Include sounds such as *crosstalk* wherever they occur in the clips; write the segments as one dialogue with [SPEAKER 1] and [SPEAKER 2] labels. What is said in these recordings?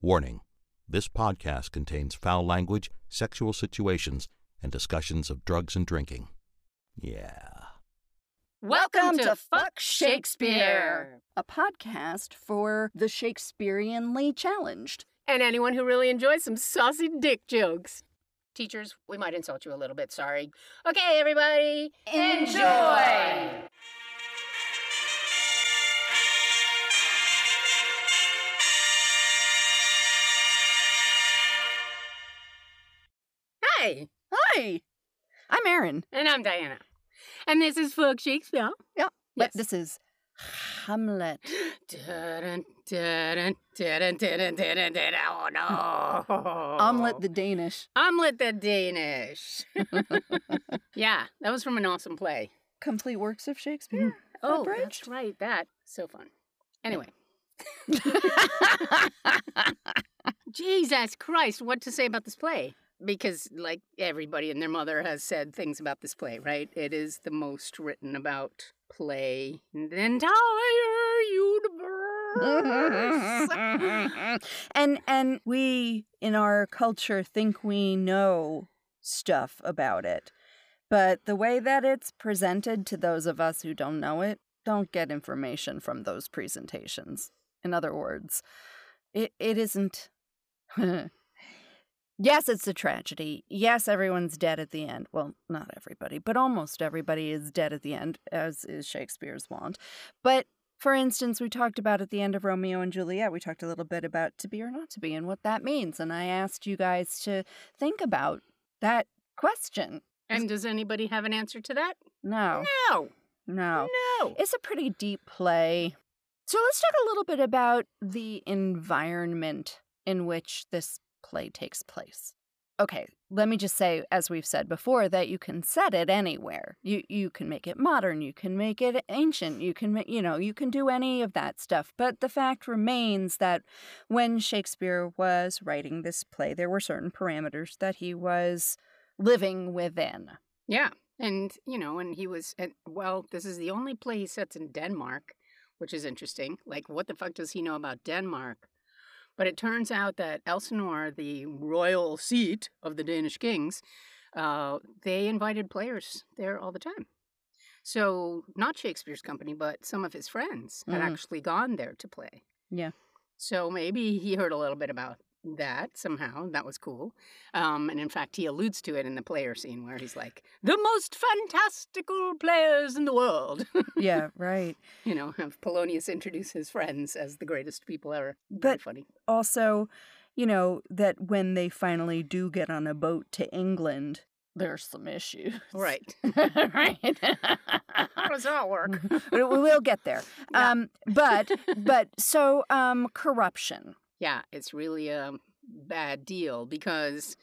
[SPEAKER 1] Warning This podcast contains foul language, sexual situations, and discussions of drugs and drinking. Yeah.
[SPEAKER 2] Welcome to Fuck Shakespeare
[SPEAKER 3] a podcast for the Shakespeareanly challenged.
[SPEAKER 2] and anyone who really enjoys some saucy dick jokes. Teachers, we might insult you a little bit, sorry. Okay, everybody, enjoy! Hi,
[SPEAKER 3] Hi, I'm Erin.
[SPEAKER 2] and I'm Diana. And this is Fuck Shakespeare.
[SPEAKER 3] But
[SPEAKER 2] Yes.
[SPEAKER 3] this is Hamlet.
[SPEAKER 2] Dun, dun, dun, dun, dun, dun, dun. Oh no!
[SPEAKER 3] Omelette the Danish.
[SPEAKER 2] Omelette the Danish. *laughs* yeah, that was from an awesome play.
[SPEAKER 3] Complete works of Shakespeare.
[SPEAKER 2] Oh, that's
[SPEAKER 3] Abridged?
[SPEAKER 2] right. That so fun.
[SPEAKER 3] *laughs*
[SPEAKER 2] Anyway, Jesus Christ, what to say about this play? Because like everybody and their mother has said things about this play, right? It is the most written about play in the entire universe.
[SPEAKER 3] *laughs* and and we in our culture think we know stuff about it. But the way that it's presented to those of us who don't know it, don't get information from those presentations. In other words, it, it isn't *laughs* Yes, it's a tragedy. Yes, everyone's dead at the end. Well, not everybody, but almost everybody is dead at the end, as is Shakespeare's wont. But for instance, we talked about at the end of Romeo and Juliet, we talked a little bit about to be or not to be and what that means. And I asked you guys to think about that question.
[SPEAKER 2] and does anybody have an answer to that?
[SPEAKER 3] No,
[SPEAKER 2] No.
[SPEAKER 3] no.
[SPEAKER 2] No.
[SPEAKER 3] It's a pretty deep play. So let's talk a little bit about the environment in which this play takes place. Okay, let me just say, as we've said before, that you can set it anywhere. You you can make it modern, you can make it ancient, you can ma- you know you can do any of that stuff. But the fact remains that when Shakespeare was writing this play, there were certain parameters that he was living within.
[SPEAKER 2] Yeah. And, you know, and he was, and, well, this is the only play he sets in Denmark, which is interesting. Like, what the fuck does he know about Denmark? But it turns out that Elsinore, the royal seat of the Danish kings, uh, they invited players there all the time. So, not Shakespeare's company, but some of his friends had
[SPEAKER 3] Mhm.
[SPEAKER 2] actually gone there to play.
[SPEAKER 3] Yeah.
[SPEAKER 2] So, maybe he heard a little bit about that somehow. That was cool. Um, and in fact, he alludes to it in the player scene where he's like, the most fantastical players in the world,
[SPEAKER 3] Yeah, right.
[SPEAKER 2] you know, have Polonius introduce his friends as the greatest people ever. Very
[SPEAKER 3] But *laughs*
[SPEAKER 2] funny.
[SPEAKER 3] also, you know, that when they finally do get on a boat to England, there's some issues. *laughs*
[SPEAKER 2] Right.
[SPEAKER 3] right. *laughs*
[SPEAKER 2] How does that work?
[SPEAKER 3] we will get there.
[SPEAKER 2] *laughs* Yeah.
[SPEAKER 3] Um, but
[SPEAKER 2] *laughs*
[SPEAKER 3] but so um, corruption.
[SPEAKER 2] yeah, it's really a bad deal because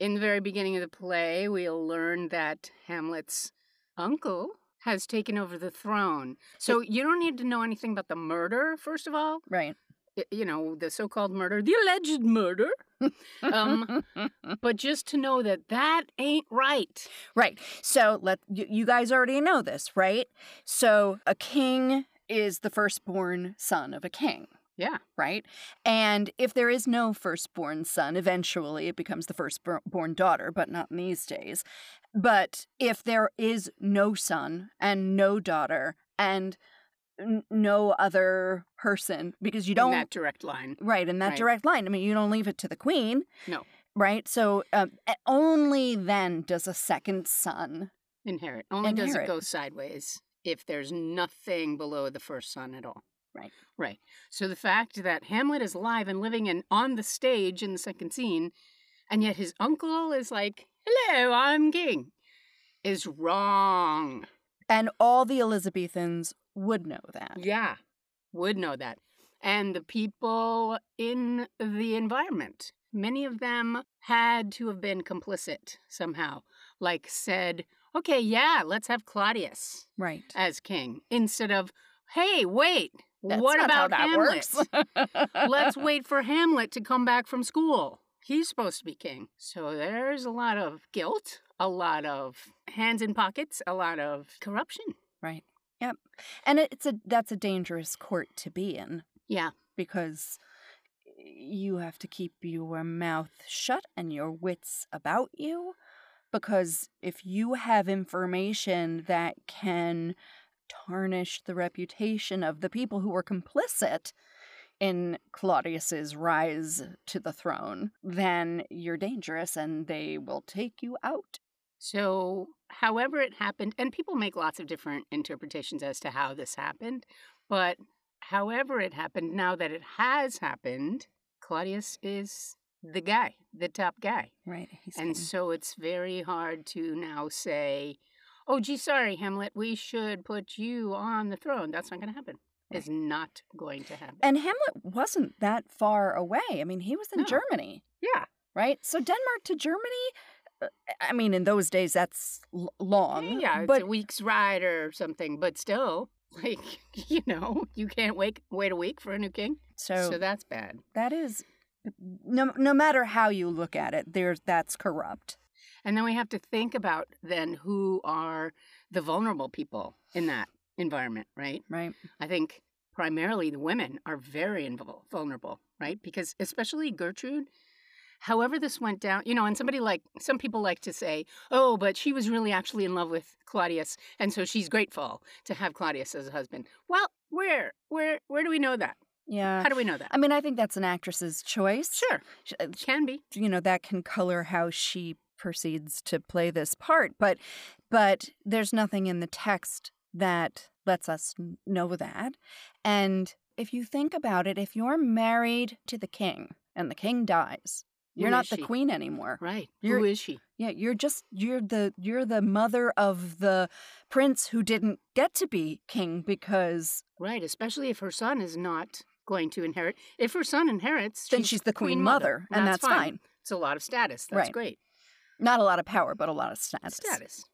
[SPEAKER 2] in the very beginning of the play, we'll learn that Hamlet's uncle has taken over the throne. So you don't need to know anything about the murder, first of all.
[SPEAKER 3] Right.
[SPEAKER 2] y- you know, the so called murder, the alleged murder,
[SPEAKER 3] *laughs*
[SPEAKER 2] Um, but just to know that that ain't right.
[SPEAKER 3] right. So let you, you guys already know this, right? So a king is the firstborn son of a king.
[SPEAKER 2] Yeah.
[SPEAKER 3] right? And if there is no firstborn son, eventually it becomes the firstborn daughter, but not in these days. But if there is no son and no daughter and n- no other person, because you
[SPEAKER 2] in
[SPEAKER 3] don't.
[SPEAKER 2] that direct line.
[SPEAKER 3] Right, in that
[SPEAKER 2] Right.
[SPEAKER 3] direct line. I mean, you don't leave it to the queen.
[SPEAKER 2] No.
[SPEAKER 3] Right? So um, a- only then does a second son.
[SPEAKER 2] Inherit. Only does it
[SPEAKER 3] Inherit.
[SPEAKER 2] go sideways if there's nothing below the first son at all.
[SPEAKER 3] Right.
[SPEAKER 2] Right. So the fact that Hamlet is alive and living and on the stage in the second scene, and yet his uncle is like, hello, I'm king, is wrong.
[SPEAKER 3] And all the Elizabethans would know that.
[SPEAKER 2] Yeah, would know that. And the people in the environment, many of them had to have been complicit somehow. Like, said, okay, yeah, let's have Claudius
[SPEAKER 3] Right.
[SPEAKER 2] as king instead of, hey, wait,
[SPEAKER 3] That's
[SPEAKER 2] what
[SPEAKER 3] not
[SPEAKER 2] about
[SPEAKER 3] how that
[SPEAKER 2] Hamlet?
[SPEAKER 3] works? *laughs*
[SPEAKER 2] let's wait for Hamlet to come back from school. He's supposed to be king. So there's a lot of guilt, a lot of hands in pockets, a lot of corruption.
[SPEAKER 3] Right. Yep. And it- it's a that's a dangerous court to be in
[SPEAKER 2] Yeah.
[SPEAKER 3] because you have to keep your mouth shut and your wits about you because if you have information that can tarnish the reputation of the people who were complicit in Claudius's rise to the throne, then you're dangerous and they will take you out.
[SPEAKER 2] So, however it happened, and people make lots of different interpretations as to how this happened, but however it happened, now that it has happened, Claudius is the guy, the top guy.
[SPEAKER 3] Right.
[SPEAKER 2] And so it's very hard to now say, oh, gee, sorry, Hamlet, we should put you on the throne. That's not going to happen. It's not going to happen.
[SPEAKER 3] and Hamlet wasn't that far away. I mean, he was in
[SPEAKER 2] No.
[SPEAKER 3] Germany,
[SPEAKER 2] yeah.
[SPEAKER 3] right? So Denmark to Germany, uh, I mean, in those days that's l- long.
[SPEAKER 2] yeah, it's
[SPEAKER 3] but
[SPEAKER 2] a week's ride or something, but still, *laughs* like, you know, you can't wait, wait a week for a new king.
[SPEAKER 3] so,
[SPEAKER 2] so that's bad.
[SPEAKER 3] that is no no matter how you look at it, there's that's corrupt.
[SPEAKER 2] And then we have to think about then who are the vulnerable people in that environment, right?
[SPEAKER 3] Right.
[SPEAKER 2] I think primarily the women are very invul- vulnerable, right? Because especially Gertrude, however this went down, you know, and somebody like some people like to say, "Oh, but she was really actually in love with Claudius, and so she's grateful to have Claudius as a husband." Well, where, where, where do we know that?
[SPEAKER 3] Yeah.
[SPEAKER 2] How do we know that?
[SPEAKER 3] I mean, I think that's an actress's choice.
[SPEAKER 2] sure,
[SPEAKER 3] Uh, Sh- uh, sh-
[SPEAKER 2] can be.
[SPEAKER 3] You know, that can color how she proceeds to play this part, but but there's nothing in the text that lets us n- know that. And if you think about it, if you're married to the king and the king dies, you're
[SPEAKER 2] Who
[SPEAKER 3] not
[SPEAKER 2] is
[SPEAKER 3] the
[SPEAKER 2] she?
[SPEAKER 3] queen anymore.
[SPEAKER 2] right? Who
[SPEAKER 3] You're-
[SPEAKER 2] is she?
[SPEAKER 3] Yeah, you're just you're the you're the mother of the prince who didn't get to be king because
[SPEAKER 2] Right, especially if her son is not going to inherit. If her son inherits,
[SPEAKER 3] then she's the queen, mother, and that's, fine.
[SPEAKER 2] It's a lot of status. That's
[SPEAKER 3] Right.
[SPEAKER 2] great.
[SPEAKER 3] Not a lot of power, but a lot of status.
[SPEAKER 2] status.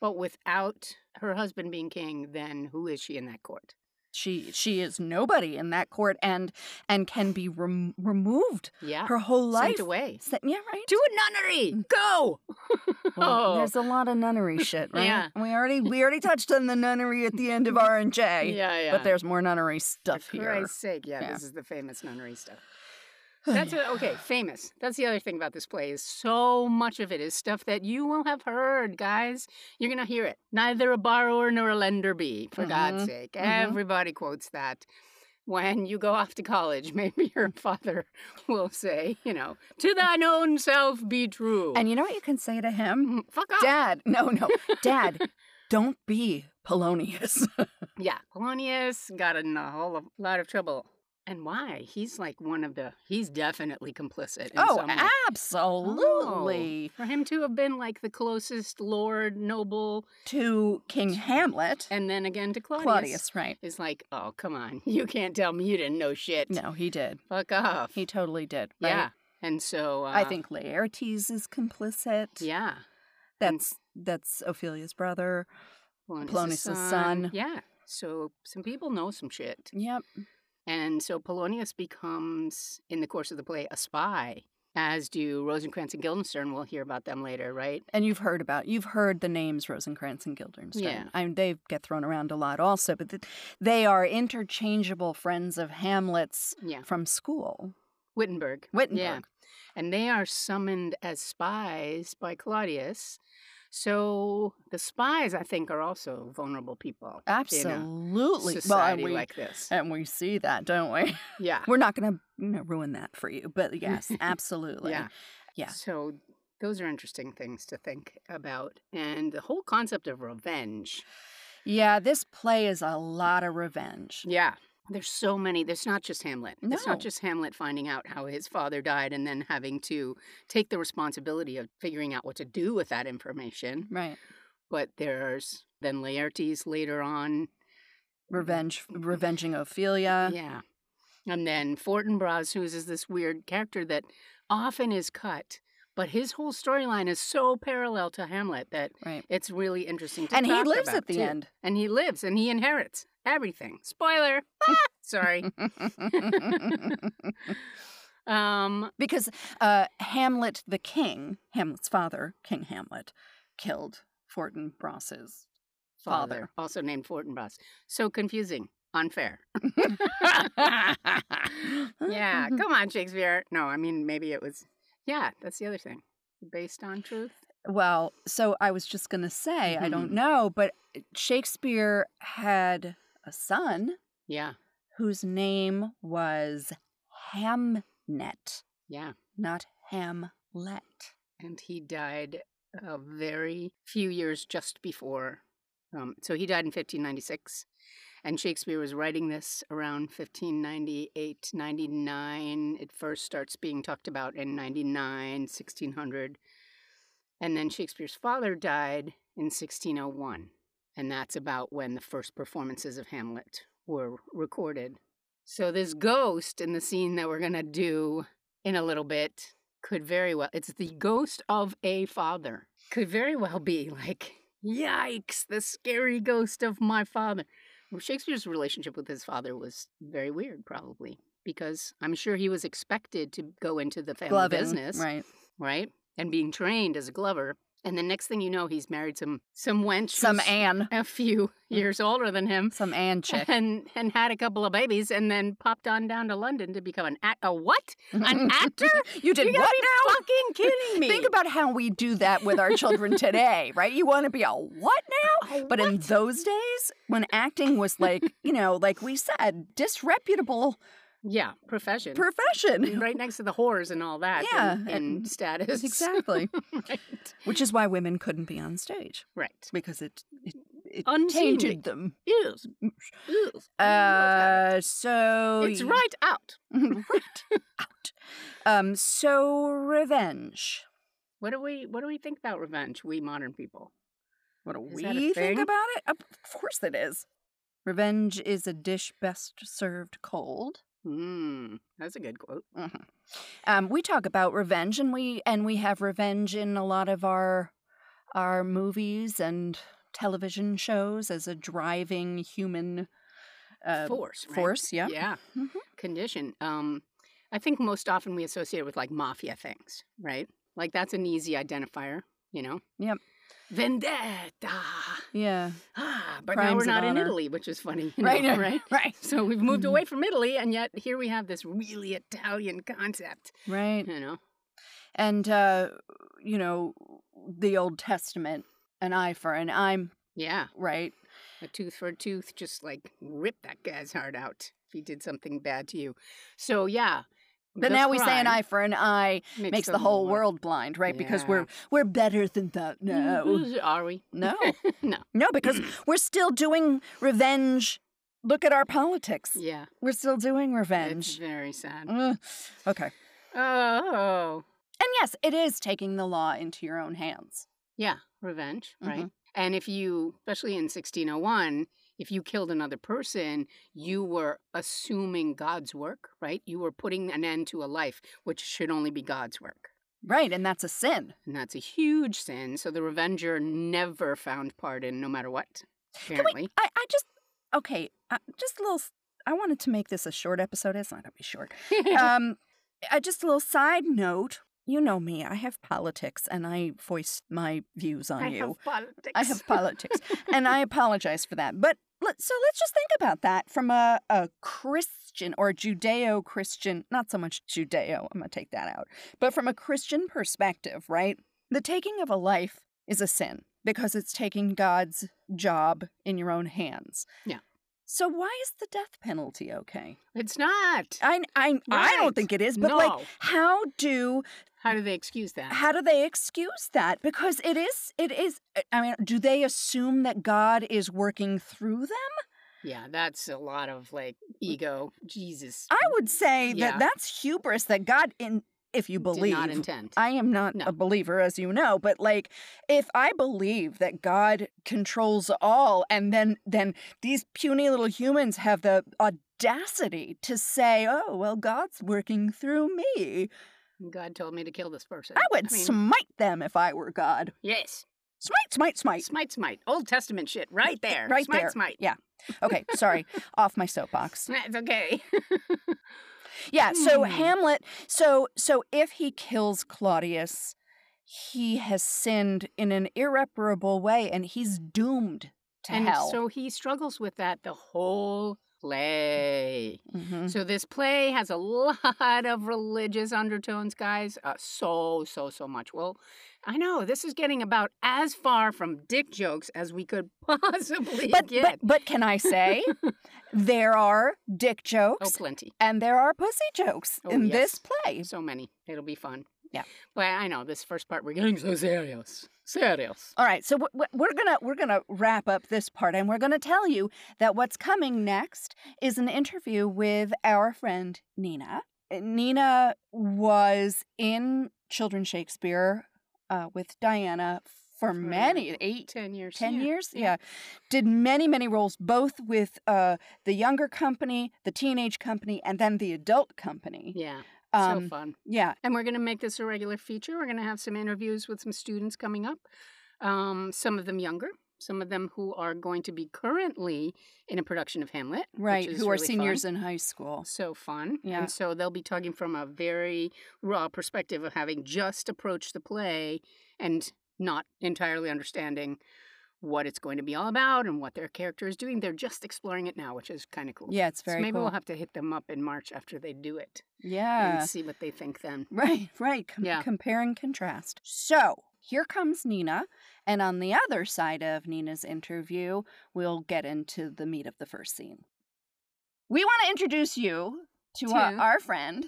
[SPEAKER 2] But without her husband being king, then who is she in that court?
[SPEAKER 3] She she is nobody in that court and and can be rem- removed
[SPEAKER 2] Yeah.
[SPEAKER 3] her whole life.
[SPEAKER 2] Sent away.
[SPEAKER 3] Sen- yeah, right.
[SPEAKER 2] To a nunnery. Go.
[SPEAKER 3] Well,
[SPEAKER 2] *laughs* Oh.
[SPEAKER 3] There's a lot
[SPEAKER 2] *laughs*
[SPEAKER 3] of nunnery shit, right?
[SPEAKER 2] Yeah.
[SPEAKER 3] We already we already touched on the nunnery at the end of R and J.
[SPEAKER 2] yeah, yeah.
[SPEAKER 3] *laughs* But there's more nunnery stuff
[SPEAKER 2] For
[SPEAKER 3] here.
[SPEAKER 2] Christ's sake, yeah,
[SPEAKER 3] Yeah.
[SPEAKER 2] this is the famous nunnery stuff.
[SPEAKER 3] *sighs*
[SPEAKER 2] That's a, okay, famous. That's the other thing about this play is so much of it is stuff that you will have heard, guys. You're gonna hear it. Neither a borrower nor a lender be, for God's
[SPEAKER 3] Mhm,
[SPEAKER 2] sake.
[SPEAKER 3] mhm.
[SPEAKER 2] Everybody quotes that. When you go off to college, *laughs* maybe your father will say, you know, to thine own self be true.
[SPEAKER 3] And you know what you can say to him?
[SPEAKER 2] Mm, fuck off.
[SPEAKER 3] Dad, no,
[SPEAKER 2] *laughs*
[SPEAKER 3] no, Dad, don't be Polonius.
[SPEAKER 2] Yeah, Polonius got in a whole of- lot of trouble. And why? He's like one of the. He's definitely complicit. In
[SPEAKER 3] oh,
[SPEAKER 2] some way.
[SPEAKER 3] absolutely.
[SPEAKER 2] for him to have been like the closest lord, noble,
[SPEAKER 3] To King Hamlet,
[SPEAKER 2] and then again to Claudius,
[SPEAKER 3] Claudius, right?
[SPEAKER 2] is like, oh come on, you can't tell me you didn't know shit.
[SPEAKER 3] No, he did.
[SPEAKER 2] Fuck off.
[SPEAKER 3] He totally did. Right?
[SPEAKER 2] Yeah, and so uh,
[SPEAKER 3] I think Laertes is complicit.
[SPEAKER 2] yeah,
[SPEAKER 3] That's that's Ophelia's brother. Polonius' son.
[SPEAKER 2] Yeah, so some people know some shit,
[SPEAKER 3] Yep.
[SPEAKER 2] and so Polonius becomes, in the course of the play, a spy. As do Rosencrantz and Guildenstern. We'll hear about them later, right?
[SPEAKER 3] And you've heard about you've heard the names Rosencrantz and Guildenstern.
[SPEAKER 2] Yeah.
[SPEAKER 3] I mean, they get thrown around a lot also, but th- they are interchangeable friends of Hamlet's
[SPEAKER 2] Yeah,
[SPEAKER 3] from school.
[SPEAKER 2] Wittenberg.
[SPEAKER 3] Wittenberg.
[SPEAKER 2] Yeah. and they are summoned as spies by Claudius. So the spies, I think, are also vulnerable people.
[SPEAKER 3] Absolutely.
[SPEAKER 2] In a
[SPEAKER 3] well, and
[SPEAKER 2] society
[SPEAKER 3] we
[SPEAKER 2] like this.
[SPEAKER 3] and we see that, don't we? *laughs*
[SPEAKER 2] yeah.
[SPEAKER 3] We're not going to you know, ruin that for you,
[SPEAKER 2] *laughs*
[SPEAKER 3] but yes, absolutely.
[SPEAKER 2] Yeah.
[SPEAKER 3] Yeah.
[SPEAKER 2] So those are interesting things to think about. And the whole concept of revenge.
[SPEAKER 3] Yeah, this play is a lot of revenge.
[SPEAKER 2] Yeah. There's so many. There's not just Hamlet. It's
[SPEAKER 3] No.
[SPEAKER 2] not just Hamlet finding out how his father died and then having to take the responsibility of figuring out what to do with that information.
[SPEAKER 3] Right.
[SPEAKER 2] But there's then Laertes later on
[SPEAKER 3] Revenge, revenging Ophelia.
[SPEAKER 2] Mm-hmm. Yeah. And then Fortinbras, who is this weird character that often is cut, but his whole storyline is so parallel to Hamlet that
[SPEAKER 3] Right.
[SPEAKER 2] it's really interesting to
[SPEAKER 3] And he
[SPEAKER 2] talk
[SPEAKER 3] lives
[SPEAKER 2] about,
[SPEAKER 3] at the
[SPEAKER 2] too.
[SPEAKER 3] end.
[SPEAKER 2] And he lives and he inherits everything. Spoiler. *laughs* Ah!
[SPEAKER 3] *laughs*
[SPEAKER 2] Sorry. *laughs* Um,
[SPEAKER 3] because uh, Hamlet the king, Hamlet's father, King Hamlet, killed Fortinbras's
[SPEAKER 2] father,
[SPEAKER 3] Father.
[SPEAKER 2] also named Fortinbras. So confusing. unfair.
[SPEAKER 3] Uh-huh,
[SPEAKER 2] yeah, come on, Shakespeare. No, I mean, maybe it was. Yeah, that's the other thing. Based on truth.
[SPEAKER 3] *laughs* Well, so I was just going to say, I
[SPEAKER 2] Mm-hmm.
[SPEAKER 3] don't know, but Shakespeare had a son
[SPEAKER 2] Yeah,
[SPEAKER 3] whose name was Hamnet,
[SPEAKER 2] yeah.
[SPEAKER 3] not Hamlet.
[SPEAKER 2] And he died a very few years just before. Um, so he died in 1596. And Shakespeare was writing this around 1598, 99. It first starts being talked about in 99, 1600. And then Shakespeare's father died in 1601. And that's about when the first performances of Hamlet were recorded. So, this ghost in the scene that we're going to do in a little bit could very well, it's the ghost of a father, could very well be like, yikes, the scary ghost of my father. Well, Shakespeare's relationship with his father was very weird, probably, because I'm sure he was expected to go into the family
[SPEAKER 3] Glovin,
[SPEAKER 2] business
[SPEAKER 3] Right.
[SPEAKER 2] right? And being trained as a glover. And the next thing you know, he's married some some wench,
[SPEAKER 3] Some mm-hmm.
[SPEAKER 2] who's
[SPEAKER 3] Anne.
[SPEAKER 2] *laughs* a few years older than him,
[SPEAKER 3] Some Anne
[SPEAKER 2] *laughs*
[SPEAKER 3] chick.
[SPEAKER 2] and and had a couple of babies, and then popped on down to London to become an act. A what?
[SPEAKER 3] *laughs*
[SPEAKER 2] An actor?
[SPEAKER 3] you did
[SPEAKER 2] you gotta
[SPEAKER 3] what
[SPEAKER 2] be
[SPEAKER 3] now?
[SPEAKER 2] fucking kidding me?
[SPEAKER 3] *laughs* Think about how we do that with our children today, *laughs* right? You want to be a what now?
[SPEAKER 2] A
[SPEAKER 3] *laughs* but in those days, when acting
[SPEAKER 2] *laughs*
[SPEAKER 3] was like, you know, like we said, disreputable
[SPEAKER 2] yeah, profession. *laughs*
[SPEAKER 3] profession.
[SPEAKER 2] Right next to the whores and all that.
[SPEAKER 3] Yeah,
[SPEAKER 2] and,
[SPEAKER 3] and-
[SPEAKER 2] status.
[SPEAKER 3] *laughs* Exactly.
[SPEAKER 2] right.
[SPEAKER 3] Which is why women couldn't be on stage
[SPEAKER 2] Right.
[SPEAKER 3] because it it, it
[SPEAKER 2] Unseemly.
[SPEAKER 3] tainted them.
[SPEAKER 2] Ews. Mm, Ews.
[SPEAKER 3] Uh, so
[SPEAKER 2] it's
[SPEAKER 3] y-
[SPEAKER 2] right out.
[SPEAKER 3] *laughs* right out. Um, so revenge.
[SPEAKER 2] What do we What do we think about revenge? We modern people.
[SPEAKER 3] What do
[SPEAKER 2] Is
[SPEAKER 3] we
[SPEAKER 2] that a
[SPEAKER 3] think
[SPEAKER 2] thing?
[SPEAKER 3] about it? Of course it is. Revenge is a dish best served cold.
[SPEAKER 2] Hmm. That's a good quote.
[SPEAKER 3] Mhm. Um, we talk about revenge, and we and we have revenge in a lot of our our movies and television shows as a driving human uh,
[SPEAKER 2] force, right?
[SPEAKER 3] force, yeah.
[SPEAKER 2] yeah,
[SPEAKER 3] Mhm.
[SPEAKER 2] condition. Um, I think most often we associate it with like mafia things, right? Like that's an easy identifier, you know.
[SPEAKER 3] Yep.
[SPEAKER 2] Vendetta.
[SPEAKER 3] Yeah,
[SPEAKER 2] Ah, but now
[SPEAKER 3] Crimes
[SPEAKER 2] we're
[SPEAKER 3] of
[SPEAKER 2] not in
[SPEAKER 3] honor.
[SPEAKER 2] Italy, which is funny, *laughs* you know,
[SPEAKER 3] Right, *laughs* yeah,
[SPEAKER 2] Right.
[SPEAKER 3] right.
[SPEAKER 2] So we've moved
[SPEAKER 3] Mhm.
[SPEAKER 2] away from Italy, and yet here we have this really Italian concept,
[SPEAKER 3] right.
[SPEAKER 2] you know.
[SPEAKER 3] And uh, you know the Old Testament, an eye for an eye,
[SPEAKER 2] Yeah,
[SPEAKER 3] right?
[SPEAKER 2] a tooth for a tooth, just like rip that guy's heart out if he did something bad to you. So yeah.
[SPEAKER 3] But
[SPEAKER 2] the
[SPEAKER 3] now we say an
[SPEAKER 2] crime
[SPEAKER 3] eye for an eye
[SPEAKER 2] makes,
[SPEAKER 3] makes
[SPEAKER 2] the,
[SPEAKER 3] the whole world blind, right? Because
[SPEAKER 2] Yeah. Mm-hmm.
[SPEAKER 3] we're we're better than
[SPEAKER 2] *laughs*
[SPEAKER 3] that now.
[SPEAKER 2] Are we? *laughs*
[SPEAKER 3] No.
[SPEAKER 2] no.
[SPEAKER 3] No, because
[SPEAKER 2] Mm.
[SPEAKER 3] we're still doing revenge. Look at our politics.
[SPEAKER 2] Yeah.
[SPEAKER 3] We're still doing
[SPEAKER 2] It's
[SPEAKER 3] revenge.
[SPEAKER 2] very sad.
[SPEAKER 3] Ugh. okay.
[SPEAKER 2] Oh,
[SPEAKER 3] And yes, it is taking the law into your own hands.
[SPEAKER 2] yeah, revenge, right?
[SPEAKER 3] Mhm.
[SPEAKER 2] And if you, especially in 1601, if you killed another person, you were assuming God's work, right? You were putting an end to a life, which should only be God's work.
[SPEAKER 3] Right. And that's a sin.
[SPEAKER 2] And that's a huge sin. So the revenger never found pardon, no matter what,
[SPEAKER 3] Can
[SPEAKER 2] apparently.
[SPEAKER 3] we, I, I just, okay, uh, just a little, s- I wanted to make this a short episode. It's not going to be
[SPEAKER 2] *laughs*
[SPEAKER 3] short. um, I, just a little side note. You know me, I have politics and I voice my views on
[SPEAKER 2] I
[SPEAKER 3] you.
[SPEAKER 2] have politics.
[SPEAKER 3] I have
[SPEAKER 2] *laughs*
[SPEAKER 3] politics, and I apologize for that. But let, so let's just think about that from a, a Christian or Judeo Christian, not so much Judeo, I'm going to take that out, but from a Christian perspective, right? The taking of a life is a sin because it's taking God's job in your own hands.
[SPEAKER 2] Yeah.
[SPEAKER 3] So why is the death penalty okay?
[SPEAKER 2] It's not.
[SPEAKER 3] I I, I
[SPEAKER 2] Right.
[SPEAKER 3] don't think it is, but like
[SPEAKER 2] No.
[SPEAKER 3] how do
[SPEAKER 2] How do they excuse that?
[SPEAKER 3] how do they excuse that because it is it is uh, i mean do they assume that god is working through them
[SPEAKER 2] yeah, that's a lot of like ego. Jesus.
[SPEAKER 3] i would say
[SPEAKER 2] Yeah.
[SPEAKER 3] that that's hubris that god in if you
[SPEAKER 2] did not
[SPEAKER 3] believe
[SPEAKER 2] intend.
[SPEAKER 3] i am not
[SPEAKER 2] No.
[SPEAKER 3] a believer as you know but like if i believe that god controls all and then then these puny little humans have the audacity to say oh well god's working through me
[SPEAKER 2] God told me to kill this person.
[SPEAKER 3] i would
[SPEAKER 2] mean,
[SPEAKER 3] smite them if i were god
[SPEAKER 2] yes,
[SPEAKER 3] smite smite smite
[SPEAKER 2] smite, smite, Old Testament shit, right there,
[SPEAKER 3] Right
[SPEAKER 2] smite,
[SPEAKER 3] there.
[SPEAKER 2] smite.
[SPEAKER 3] Yeah. Okay,
[SPEAKER 2] *laughs*
[SPEAKER 3] sorry. Off my soapbox.
[SPEAKER 2] That's okay.
[SPEAKER 3] Yeah, so
[SPEAKER 2] Hmm.
[SPEAKER 3] Hamlet, so so if he kills Claudius, he has sinned in an irreparable way and he's doomed
[SPEAKER 2] *laughs*
[SPEAKER 3] to
[SPEAKER 2] and
[SPEAKER 3] hell.
[SPEAKER 2] so he struggles with that the whole play.
[SPEAKER 3] Mhm.
[SPEAKER 2] So this play has a lot of religious undertones, guys. Uh, so, so, so much. Well, I know this is getting about as far from dick jokes as we could *laughs* possibly
[SPEAKER 3] But,
[SPEAKER 2] get.
[SPEAKER 3] but but can
[SPEAKER 2] *laughs*
[SPEAKER 3] I say there are dick
[SPEAKER 2] oh,
[SPEAKER 3] jokes
[SPEAKER 2] plenty.
[SPEAKER 3] and there are pussy jokes
[SPEAKER 2] Oh,
[SPEAKER 3] in
[SPEAKER 2] yes.
[SPEAKER 3] this play?
[SPEAKER 2] So many. It'll be fun.
[SPEAKER 3] Yeah.
[SPEAKER 2] But I know this first part we're getting so serious. Serious.
[SPEAKER 3] All right, so w- w- we're gonna we're gonna wrap up this part, and we're gonna tell you that what's coming next is an interview with our friend Nina. Uh, Nina was in Children's Shakespeare uh, with Diana for
[SPEAKER 2] For
[SPEAKER 3] many eight
[SPEAKER 2] Ten years.
[SPEAKER 3] 10
[SPEAKER 2] yeah.
[SPEAKER 3] years yeah did many many roles both with uh, the younger company the teenage company and then the adult company
[SPEAKER 2] Yeah. so
[SPEAKER 3] um,
[SPEAKER 2] fun.
[SPEAKER 3] yeah
[SPEAKER 2] And we're going to make this a regular feature. We're going to have some interviews with some students coming up, um, some of them younger, some of them who are going to be currently in a production of Hamlet. which
[SPEAKER 3] right
[SPEAKER 2] is
[SPEAKER 3] who are
[SPEAKER 2] really fun.
[SPEAKER 3] seniors in high school
[SPEAKER 2] So fun.
[SPEAKER 3] Yeah.
[SPEAKER 2] And so they'll be talking from a very raw perspective of having just approached the play and not entirely understanding what it's going to be all about and what their character is doing. They're just exploring it now, which is kind of cool.
[SPEAKER 3] yeah it's
[SPEAKER 2] so
[SPEAKER 3] very
[SPEAKER 2] maybe
[SPEAKER 3] cool
[SPEAKER 2] we'll have to hit them up in March after they do it
[SPEAKER 3] yeah
[SPEAKER 2] and see what they think then.
[SPEAKER 3] right right Com-
[SPEAKER 2] Yeah.
[SPEAKER 3] compare and contrast so here comes nina and on the other side of nina's interview we'll get into the meat of the first scene we want to introduce you to, uh,
[SPEAKER 2] To-
[SPEAKER 3] our friend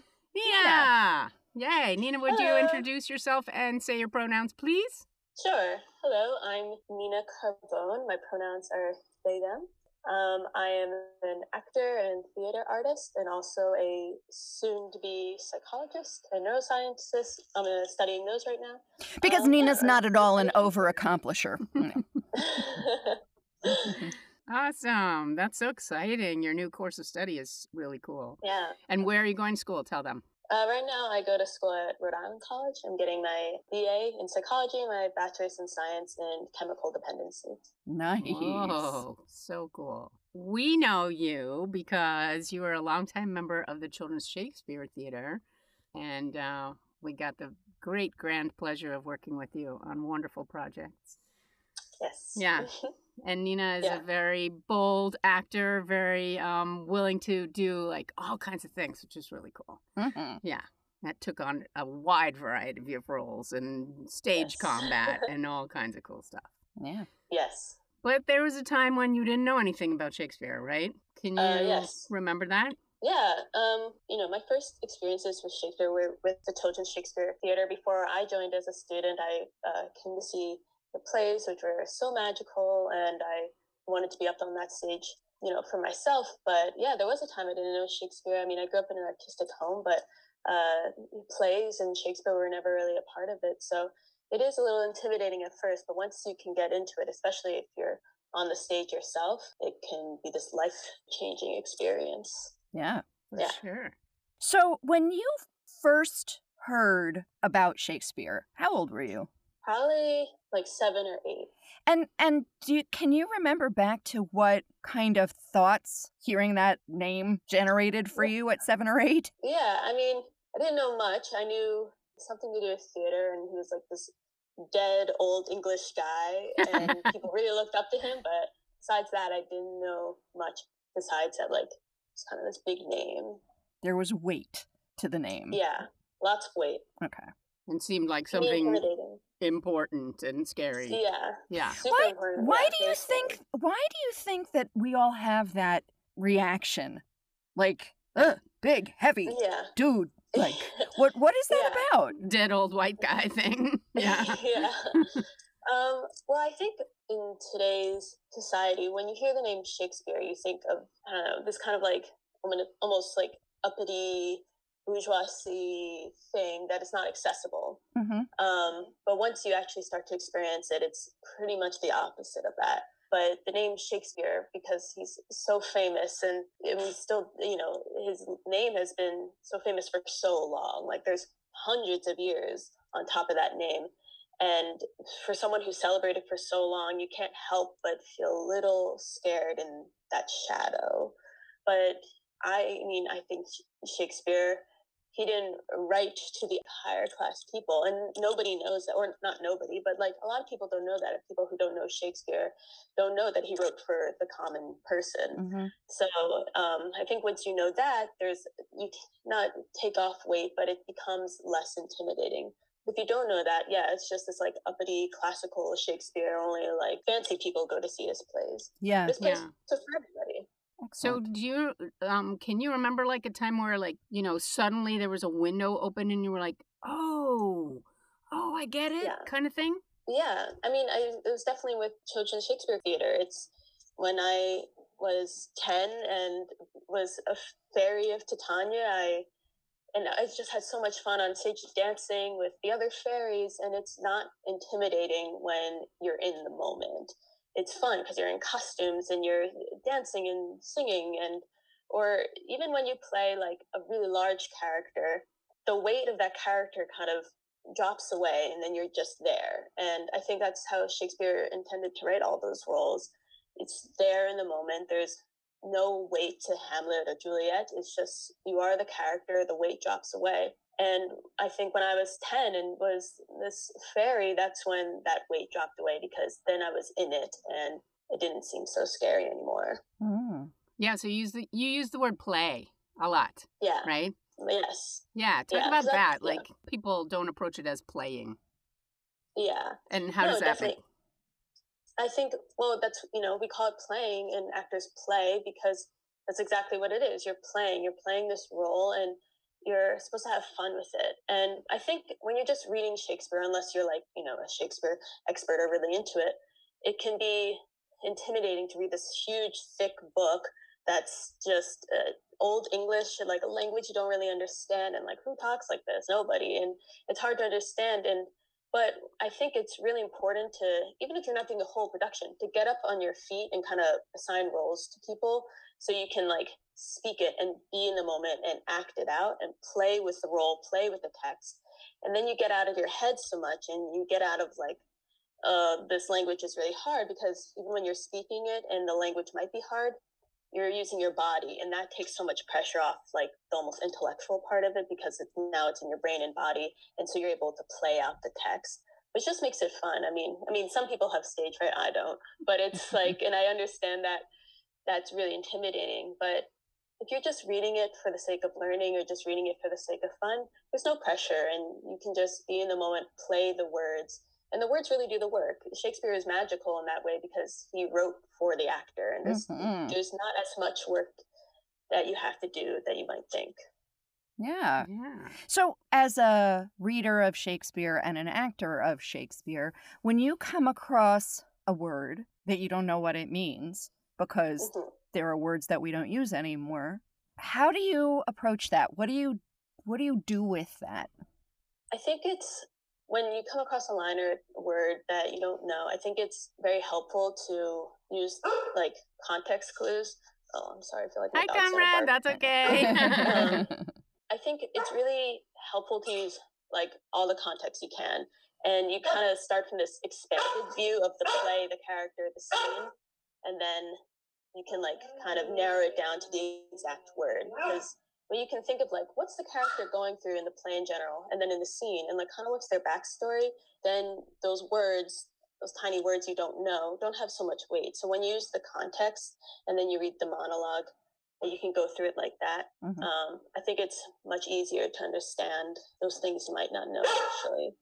[SPEAKER 2] Nina. Yay. Nina, would you
[SPEAKER 3] Ah!
[SPEAKER 4] Hello.
[SPEAKER 2] introduce yourself and say your pronouns, please?
[SPEAKER 4] Sure. Hello, I'm Nina Carbone. My pronouns are they, them. Um, I am an actor and theater artist, and also a soon to be psychologist and neuroscientist. I'm uh, studying those right now.
[SPEAKER 3] because
[SPEAKER 2] Oh,
[SPEAKER 4] Um,
[SPEAKER 3] nina's
[SPEAKER 4] yeah.
[SPEAKER 3] not at all an over accomplisher
[SPEAKER 2] *laughs* Awesome. That's so exciting. Your new course of study is really cool.
[SPEAKER 4] *laughs* yeah.
[SPEAKER 2] And where are you going to school? Tell them.
[SPEAKER 4] Uh, right now, I go to school at Rhode Island College. I'm getting my BA in psychology, my bachelor's in science, and chemical dependencies.
[SPEAKER 3] Nice.
[SPEAKER 2] Oh, so cool. We know you because you were a longtime member of the Children's Shakespeare Theater, and uh, we got the great grand pleasure of working with you on wonderful projects.
[SPEAKER 4] Yes.
[SPEAKER 2] Yeah. And Nina is
[SPEAKER 4] Yeah.
[SPEAKER 2] a very bold actor, very um, willing to do like all kinds of things, which is really cool.
[SPEAKER 3] Mhm.
[SPEAKER 2] Yeah. That took on a wide variety of roles and stage
[SPEAKER 4] Yes.
[SPEAKER 2] combat and all kinds of cool stuff.
[SPEAKER 3] Yeah.
[SPEAKER 4] *laughs* yes.
[SPEAKER 2] But there was a time when you didn't know anything about Shakespeare, right? Can you
[SPEAKER 4] Uh, yes.
[SPEAKER 2] remember that?
[SPEAKER 4] Yeah, um, you know, my first experiences with Shakespeare were with the Children's Shakespeare Theater. Before I joined as a student, I uh, came to see the plays, which were so magical, and I wanted to be up on that stage, you know, for myself. But yeah, there was a time I didn't know Shakespeare. I mean, I grew up in an artistic home, but uh, plays and Shakespeare were never really a part of it. So it is a little intimidating at first, but once you can get into it, especially if you're on the stage yourself, it can be this life changing experience.
[SPEAKER 3] Yeah.
[SPEAKER 2] For
[SPEAKER 4] Yeah.
[SPEAKER 2] sure.
[SPEAKER 3] So when you first heard about Shakespeare, how old were you?
[SPEAKER 4] probably like seven or eight.
[SPEAKER 3] And and do you, can you remember back to what kind of thoughts hearing that name generated for you at 7 or 8?
[SPEAKER 4] Yeah, I mean, I didn't know much. I knew something to do with theater, and he was like this dead old English guy, and
[SPEAKER 3] *laughs*
[SPEAKER 4] people really looked up to him. But besides that, I didn't know much. Besides that, like it's kind of this big name.
[SPEAKER 3] There was weight to the name.
[SPEAKER 4] Yeah, lots of weight.
[SPEAKER 3] Okay.
[SPEAKER 2] And seemed like
[SPEAKER 4] Can be
[SPEAKER 2] something
[SPEAKER 4] intimidating.
[SPEAKER 2] important and scary.
[SPEAKER 4] Yeah, *laughs*
[SPEAKER 2] Yeah.
[SPEAKER 4] super
[SPEAKER 3] Why,
[SPEAKER 4] important.
[SPEAKER 3] why
[SPEAKER 4] Yeah,
[SPEAKER 3] do you
[SPEAKER 4] very
[SPEAKER 3] think
[SPEAKER 4] scary.
[SPEAKER 3] why do you think that we all have that reaction? Like, ugh, big, heavy,
[SPEAKER 4] Yeah.
[SPEAKER 3] dude, like
[SPEAKER 4] *laughs*
[SPEAKER 3] what what is that
[SPEAKER 4] Yeah.
[SPEAKER 3] about?
[SPEAKER 2] Dead old white guy *laughs* thing. Yeah.
[SPEAKER 4] *laughs* yeah. Um, well, I think in today's society, when you hear the name Shakespeare, you think of I don't know this kind of like I'm gonna- almost like uppity bourgeoisie thing that is not accessible.
[SPEAKER 3] Mhm.
[SPEAKER 4] Um, but once you actually start to experience it, it's pretty much the opposite of that. But the name Shakespeare, because he's so famous, and and we still, you know, his name has been so famous for so long. Like there's hundreds of years on top of that name. And for someone who celebrated for so long, you can't help but feel a little scared in that shadow. But I mean, I think Sh- Shakespeare he didn't write to the higher class people and nobody knows that or not nobody but like a lot of people don't know that people who don't know shakespeare don't know that he wrote for the common person
[SPEAKER 3] Mhm.
[SPEAKER 4] so um, i think once you know that there's you cannot take off weight but it becomes less intimidating if you don't know that yeah it's just this like uppity classical shakespeare only like fancy people go to see his plays
[SPEAKER 3] Yeah.
[SPEAKER 4] this plays
[SPEAKER 2] Yeah.
[SPEAKER 4] so for everybody
[SPEAKER 2] So
[SPEAKER 3] excellent.
[SPEAKER 2] do you um can you remember like a time where like, you know, suddenly there was a window open and you were like, "Oh, oh, I get it."
[SPEAKER 4] Yeah.
[SPEAKER 2] kind of thing?
[SPEAKER 4] Yeah, I mean, I it was definitely with Children's Shakespeare Theater. It's when I was ten and was a fairy of Titania. I and I just had so much fun on stage dancing with the other fairies, and it's not intimidating when you're in the moment. It's fun because you're in costumes and you're dancing and singing, and or even when you play like a really large character, the weight of that character kind of drops away and then you're just there. And I think that's how Shakespeare intended to write all those roles. It's there in the moment. There's no weight to Hamlet or Juliet. It's just you are the character, the weight drops away. And I think when I was 10 and was this fairy, that's when that weight dropped away because then I was in it and it didn't seem so scary anymore.
[SPEAKER 3] Mm.
[SPEAKER 2] Yeah, so you use the you use the word play a lot,
[SPEAKER 4] Yeah.
[SPEAKER 2] right?
[SPEAKER 4] Yes.
[SPEAKER 2] Yeah, talk
[SPEAKER 4] Yeah,
[SPEAKER 2] about
[SPEAKER 4] so
[SPEAKER 2] that.
[SPEAKER 4] that's- yeah.
[SPEAKER 2] Like people don't approach it as playing.
[SPEAKER 4] Yeah.
[SPEAKER 2] And how does that make
[SPEAKER 4] I think, well, that's, you know, we call it playing and actors play because that's exactly what it is. You're playing, you're playing this role and you're supposed to have fun with it. And I think when you're just reading Shakespeare, unless you're like, you know, a Shakespeare expert or really into it, it can be intimidating to read this huge, thick book that's just uh, old English and like a language you don't really understand. And like, who talks like this? Nobody. And it's hard to understand. And but I think it's really important to, even if you're not doing the whole production, to get up on your feet and kind of assign roles to people so you can like speak it and be in the moment and act it out and play with the role, play with the text. And then you get out of your head so much and you get out of like, uh, this language is really hard because even when you're speaking it and the language might be hard, you're using your body and that takes so much pressure off like the almost intellectual part of it because it's now it's in your brain and body and so you're able to play out the text which just makes it fun i mean i mean some people have stage fright i don't but it's like and i understand that that's really intimidating but if you're just reading it for the sake of learning or just reading it for the sake of fun there's no pressure and you can just be in the moment play the words and the words really do the work shakespeare is magical in that way because he wrote for the actor and there's
[SPEAKER 3] Mhm.
[SPEAKER 4] there's not as much work that you have to do that you might think.
[SPEAKER 3] Yeah.
[SPEAKER 2] Yeah.
[SPEAKER 3] So, as a reader of Shakespeare and an actor of Shakespeare, when you come across a word that you don't know what it means because
[SPEAKER 4] Mhm.
[SPEAKER 3] there are words that we don't use anymore, how do you approach that? What do you what do you do with that? *laughs*
[SPEAKER 4] I think it's when you come across a line or a word that you don't know, I think it's very helpful to use like context clues. Oh, I'm sorry. I feel like my
[SPEAKER 2] Hi
[SPEAKER 4] dog's gonna
[SPEAKER 2] Conrad,
[SPEAKER 4] bark.
[SPEAKER 2] that's
[SPEAKER 3] *laughs*
[SPEAKER 2] okay. *laughs*
[SPEAKER 4] I think it's really helpful to use like all the context you can. And you kind of start from this expected view of the play, the character, the scene, and then you can like kind of narrow it down to the exact word. Because when you can think of like what's the character going through in the play in general, and then in the scene, and like kind of what's their backstory, then those words, those tiny words you don't know, don't have so much weight. So when you use the context and then you read the monologue, you can go through it like that
[SPEAKER 3] Mhm.
[SPEAKER 4] um, I think it's much easier to understand those things you might not know initially.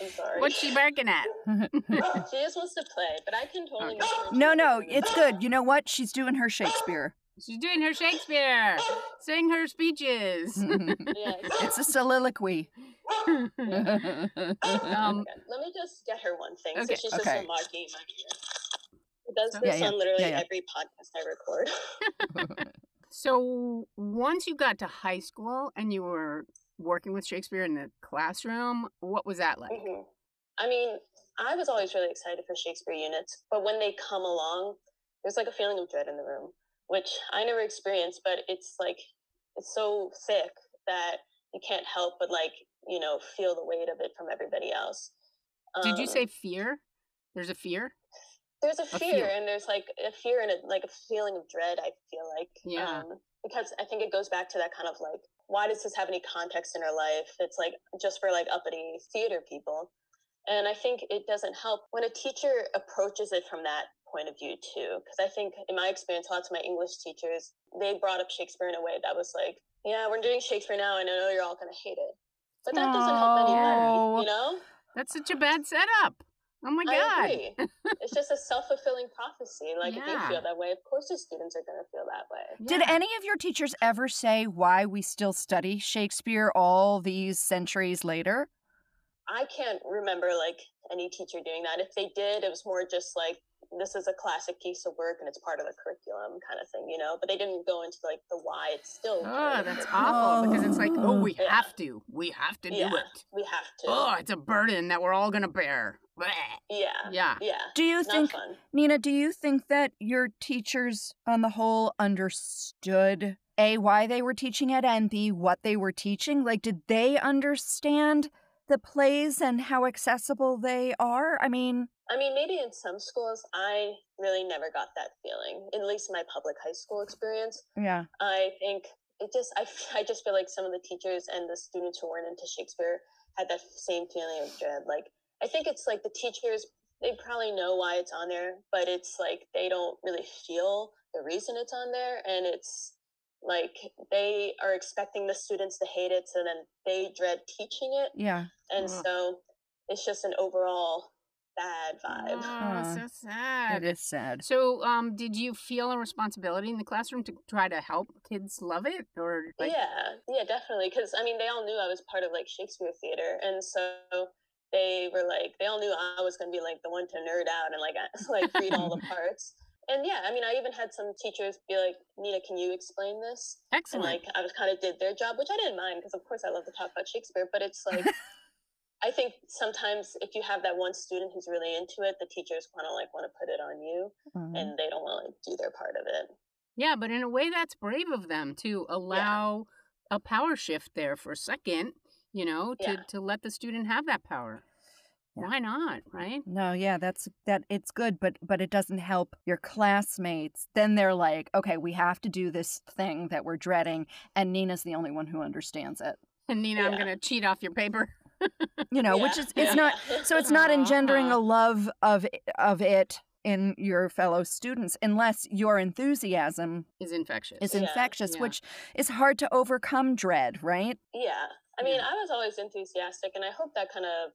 [SPEAKER 4] I'm sorry.
[SPEAKER 2] What's she barking at?
[SPEAKER 4] She just Oh, wants to play, but I can totally.
[SPEAKER 2] Okay.
[SPEAKER 4] make her
[SPEAKER 3] no,
[SPEAKER 4] into
[SPEAKER 3] no,
[SPEAKER 4] something
[SPEAKER 3] it's
[SPEAKER 4] *laughs* else.
[SPEAKER 3] good. You know what? She's doing her Shakespeare. *laughs*
[SPEAKER 2] She's doing her Shakespeare, saying her speeches. *laughs*
[SPEAKER 3] *laughs* it's
[SPEAKER 4] Yes.
[SPEAKER 3] a soliloquy.
[SPEAKER 2] Um,
[SPEAKER 4] Okay, Let me just get her one thing.
[SPEAKER 2] okay,
[SPEAKER 4] So she's
[SPEAKER 3] okay.
[SPEAKER 4] just unlocking my ear. It does
[SPEAKER 2] So-
[SPEAKER 4] this
[SPEAKER 3] Yeah, yeah,
[SPEAKER 4] on literally
[SPEAKER 3] yeah, yeah.
[SPEAKER 4] every podcast I record. *laughs*
[SPEAKER 2] So once you got to high school and you were working with Shakespeare in the classroom, what was that like?
[SPEAKER 4] Mhm. I mean, I was always really excited for Shakespeare units, but when they come along, there's like a feeling of dread in the room, which I never experienced, but it's like it's so thick that you can't help but like, you know, feel the weight of it from everybody else.
[SPEAKER 2] Did you
[SPEAKER 4] Um,
[SPEAKER 2] say fear? There's a fear?
[SPEAKER 4] there's a
[SPEAKER 2] a feel.
[SPEAKER 4] fear and there's like a fear and a, like a feeling of dread i feel like
[SPEAKER 2] Yeah.
[SPEAKER 4] um, because I think it goes back to that kind of like, why does this have any context in our life? It's like just for like uppity theater people. And I think it doesn't help when a teacher approaches it from that point of view too. Because I think in my experience, lots of my English teachers, they brought up Shakespeare in a way that was like, yeah, we're doing Shakespeare now and I know you're all going to hate it. But that doesn't help
[SPEAKER 3] Oh.
[SPEAKER 4] anybody, you know?
[SPEAKER 2] That's such a bad setup. Oh my
[SPEAKER 4] I
[SPEAKER 2] god.
[SPEAKER 4] agree. it's just a self fulfilling prophecy. Like, if
[SPEAKER 2] Yeah.
[SPEAKER 4] you feel that way, of course your students are going to feel that way.
[SPEAKER 3] Did
[SPEAKER 2] Yeah.
[SPEAKER 3] any of your teachers ever say why we still study Shakespeare all these centuries later?
[SPEAKER 4] I can't remember like any teacher doing that. If they did, it was more just like this is a classic piece of work and it's part of the curriculum kind of thing, you know. But they didn't go into like the why it's still. part
[SPEAKER 2] Oh,
[SPEAKER 4] of the
[SPEAKER 2] that's
[SPEAKER 4] curriculum.
[SPEAKER 2] awful because it's like, oh, we
[SPEAKER 4] Yeah.
[SPEAKER 2] have to. We have to do
[SPEAKER 4] Yeah.
[SPEAKER 2] it.
[SPEAKER 4] We have to.
[SPEAKER 2] Oh, it's a burden that we're all going to bear. Bleh.
[SPEAKER 4] Yeah. Yeah.
[SPEAKER 2] Yeah.
[SPEAKER 3] Do you
[SPEAKER 4] Not
[SPEAKER 3] think
[SPEAKER 4] fun.
[SPEAKER 3] Nina, do you think that your teachers on the whole understood A, why they were teaching it and B, what they were teaching? Like, did they understand the plays and how accessible they are? I mean,
[SPEAKER 4] I mean, maybe in some schools, I really never got that feeling. At least in my public high school experience,
[SPEAKER 3] yeah.
[SPEAKER 4] I think it just I, f- *laughs* I just feel like some of the teachers and the students who weren't into Shakespeare had that same feeling of dread. Like I think it's like the teachers they probably know why it's on there, but it's like they don't really feel the reason it's on there, and it's like they are expecting the students to hate it, so then they dread teaching it,
[SPEAKER 3] Yeah.
[SPEAKER 4] and
[SPEAKER 2] Ugh.
[SPEAKER 4] so it's just an overall bad vibe.
[SPEAKER 2] Oh, so sad.
[SPEAKER 3] It is sad.
[SPEAKER 2] So, um, did you feel a responsibility in the classroom to try to help kids love it, or like,
[SPEAKER 4] yeah, yeah, definitely. Because I mean, they all knew I was part of like Shakespeare theater, and so they were like, they all knew I was going to be like the one to nerd out and like *laughs* like read all
[SPEAKER 3] *laughs*
[SPEAKER 4] the parts. And yeah, I mean, I even had some teachers be like, Nina, can you explain this? And
[SPEAKER 2] excellent?
[SPEAKER 4] like, I was kind of did their job, which I didn't mind because, of course, I love to talk about Shakespeare. But it's
[SPEAKER 3] *laughs*
[SPEAKER 4] like, I think sometimes if you have that one student who's really into it, the teachers kind of like want to put it on you,
[SPEAKER 3] Um,
[SPEAKER 4] and they don't want to like, do their part of it.
[SPEAKER 2] yeah, but in a way, that's brave of them to allow a power shift there for a second. You know, to
[SPEAKER 4] Yeah.
[SPEAKER 2] to let the student have that power.
[SPEAKER 3] Yeah.
[SPEAKER 2] Why not? Right? *laughs*
[SPEAKER 3] No, yeah, that's that it's good, but but it doesn't help your classmates. Then they're like, okay, we have to do this thing that we're dreading, and Nina's the only one who understands it.
[SPEAKER 2] And Nina, I'm
[SPEAKER 4] Yeah.
[SPEAKER 2] gonna cheat off your paper. *laughs*
[SPEAKER 3] *laughs* You know, which
[SPEAKER 4] Yeah. *laughs*
[SPEAKER 3] is it's not so it's not engendering
[SPEAKER 4] Uh-huh.
[SPEAKER 3] a love of of it in your fellow students unless your enthusiasm
[SPEAKER 2] Is infectious.
[SPEAKER 3] is
[SPEAKER 4] Yeah,
[SPEAKER 3] infectious,
[SPEAKER 2] yeah.
[SPEAKER 3] which is hard to overcome dread, right?
[SPEAKER 4] Yeah. I mean,
[SPEAKER 2] Yeah.
[SPEAKER 4] I was always enthusiastic, and I hope that kind of,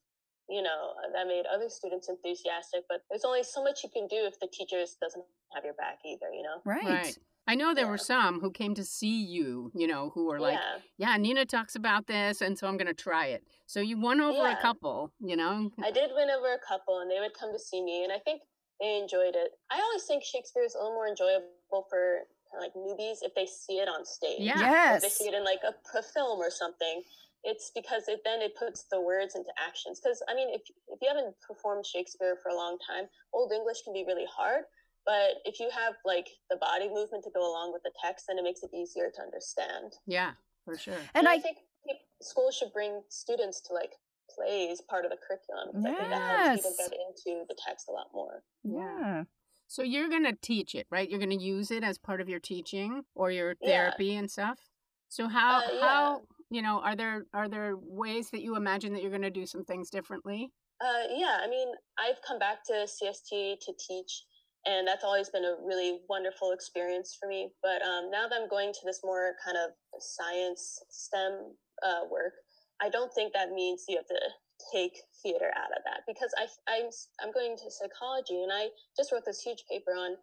[SPEAKER 4] you know, uh, that made other students enthusiastic, but there's only so much you can do if the teachers doesn't have your back either, you know?
[SPEAKER 3] Right.
[SPEAKER 2] Right. I know there were
[SPEAKER 4] Yeah.
[SPEAKER 2] some who came to see you, you know, who were like,
[SPEAKER 4] yeah.
[SPEAKER 2] yeah, Nina talks about this, and so I'm going to try it. So you won over a
[SPEAKER 4] Yeah.
[SPEAKER 2] couple, you know?
[SPEAKER 4] I did win over a couple, and they would come to see me, and I think they enjoyed it. I always think Shakespeare is a little more enjoyable for kind of like newbies if they see it on stage.
[SPEAKER 2] Yeah.
[SPEAKER 4] Or If they
[SPEAKER 3] Yes.
[SPEAKER 4] see it in like a, a film or something, it's because it then it puts the words into actions. Because I mean, if if you haven't performed Shakespeare for a long time, Old English can be really hard. But if you have like the body movement to go along with the text, then it makes it easier to understand.
[SPEAKER 2] Yeah, for sure.
[SPEAKER 3] And I
[SPEAKER 4] think peop- schools should bring students to like plays part of the curriculum. 'cause I think that helps people
[SPEAKER 3] Yes.
[SPEAKER 4] get into the text a lot more.
[SPEAKER 3] yeah.
[SPEAKER 2] So you're going to teach it, right? You're going to use it as part of your teaching or your
[SPEAKER 4] Yeah.
[SPEAKER 2] therapy and stuff. So how
[SPEAKER 4] Uh, yeah.
[SPEAKER 2] how you know are there are there ways that you imagine that you're going to do some things differently?
[SPEAKER 4] Uh, yeah, I mean, I've come back to CST to teach, and that's always been a really wonderful experience for me. But um, now that I'm going to this more kind of science STEM uh, work, I don't think that means you have to take theater out of that because I, I'm s- I'm going to psychology, and I just wrote this huge paper on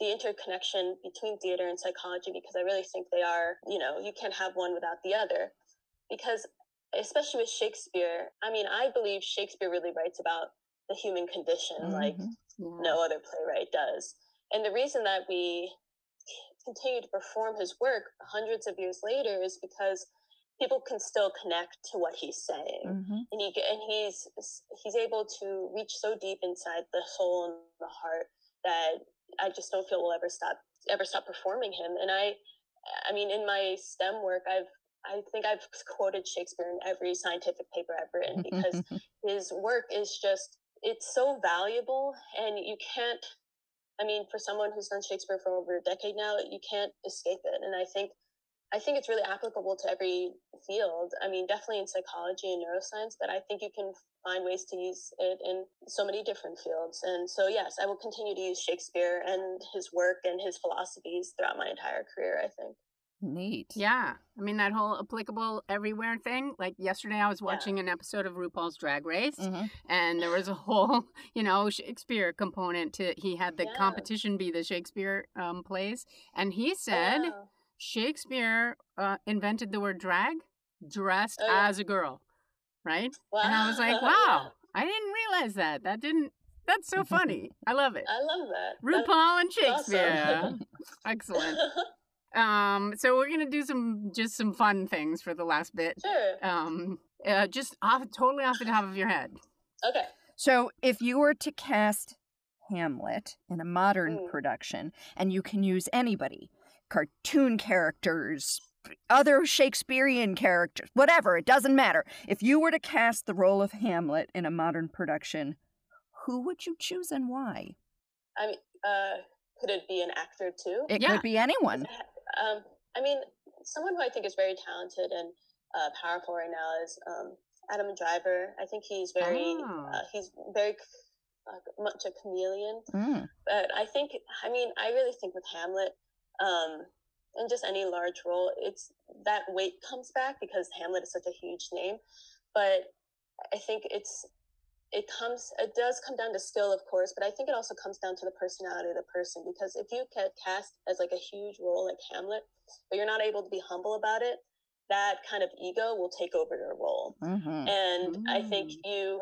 [SPEAKER 4] the interconnection between theater and psychology because I really think they are, you know, you can't have one without the other. Because especially with Shakespeare, I mean, I believe Shakespeare really writes about the human condition like
[SPEAKER 3] Mhm.
[SPEAKER 2] Yeah.
[SPEAKER 4] no other playwright does. And the reason that we continue to perform his work hundreds of years later is because people can still connect to what he's saying
[SPEAKER 3] Mhm.
[SPEAKER 4] and he and he's he's able to reach so deep inside the soul and the heart that I just don't feel we'll ever stop ever stop performing him. And I, I mean, in my STEM work, I've I think I've quoted Shakespeare in every scientific paper I've
[SPEAKER 3] Mm-hmm. *laughs*
[SPEAKER 4] written because his work is just it's so valuable, and you can't. I mean, for someone who's done Shakespeare for over a decade now, you can't escape it. And I think I think it's really applicable to every field. I mean, definitely in psychology and neuroscience, but I think you can find ways to use it in so many different fields. And so, yes, I will continue to use Shakespeare and his work and his philosophies throughout my entire career, I think.
[SPEAKER 3] Neat.
[SPEAKER 2] Yeah. I mean, that whole applicable everywhere thing. Like yesterday, I was watching an episode of RuPaul's Drag Race,
[SPEAKER 3] Mhm.
[SPEAKER 2] and there was a whole, *laughs* you know, Shakespeare component to he had the
[SPEAKER 4] Yeah.
[SPEAKER 2] competition be the Shakespeare um, plays. And he said
[SPEAKER 4] Oh,
[SPEAKER 2] Shakespeare uh, invented the word drag dressed
[SPEAKER 4] Oh, yeah.
[SPEAKER 2] as a girl, right?
[SPEAKER 4] wow.
[SPEAKER 2] And I was like,
[SPEAKER 4] Yeah.
[SPEAKER 2] wow, I didn't realize that. That didn't, that's so funny. I love it.
[SPEAKER 4] *laughs* I love that. That-
[SPEAKER 2] RuPaul and
[SPEAKER 4] Uh, awesome. *laughs*
[SPEAKER 2] Shakespeare. Excellent. Um, so we're gonna do some just some fun things for the last bit.
[SPEAKER 4] sure.
[SPEAKER 2] Um, uh, just off totally off the top of your head.
[SPEAKER 4] Okay.
[SPEAKER 3] So, if you were to cast Hamlet in a modern
[SPEAKER 4] Mm.
[SPEAKER 3] production, and you can use anybody, cartoon characters, other Shakespearean characters, whatever, it doesn't matter. If you were to cast the role of Hamlet in a modern production, who would you choose and why?
[SPEAKER 4] I mean, uh, could it be an actor too?
[SPEAKER 3] It
[SPEAKER 2] Yeah.
[SPEAKER 3] could be anyone.
[SPEAKER 4] Um, I mean, someone who I think is very talented and uh, powerful right now is um, Adam Driver. I think he's very
[SPEAKER 2] Oh.
[SPEAKER 4] uh, he's very uh, much a chameleon.
[SPEAKER 3] Mm.
[SPEAKER 4] But I think I mean I really think with Hamlet um, and just any large role, it's that weight comes back because Hamlet is such a huge name. But I think it's it comes it does come down to skill of course but i think it also comes down to the personality of the person because if you get cast as like a huge role like hamlet but you're not able to be humble about it that kind of ego will take over your role
[SPEAKER 3] hmm
[SPEAKER 4] and i think
[SPEAKER 2] Mm.
[SPEAKER 4] you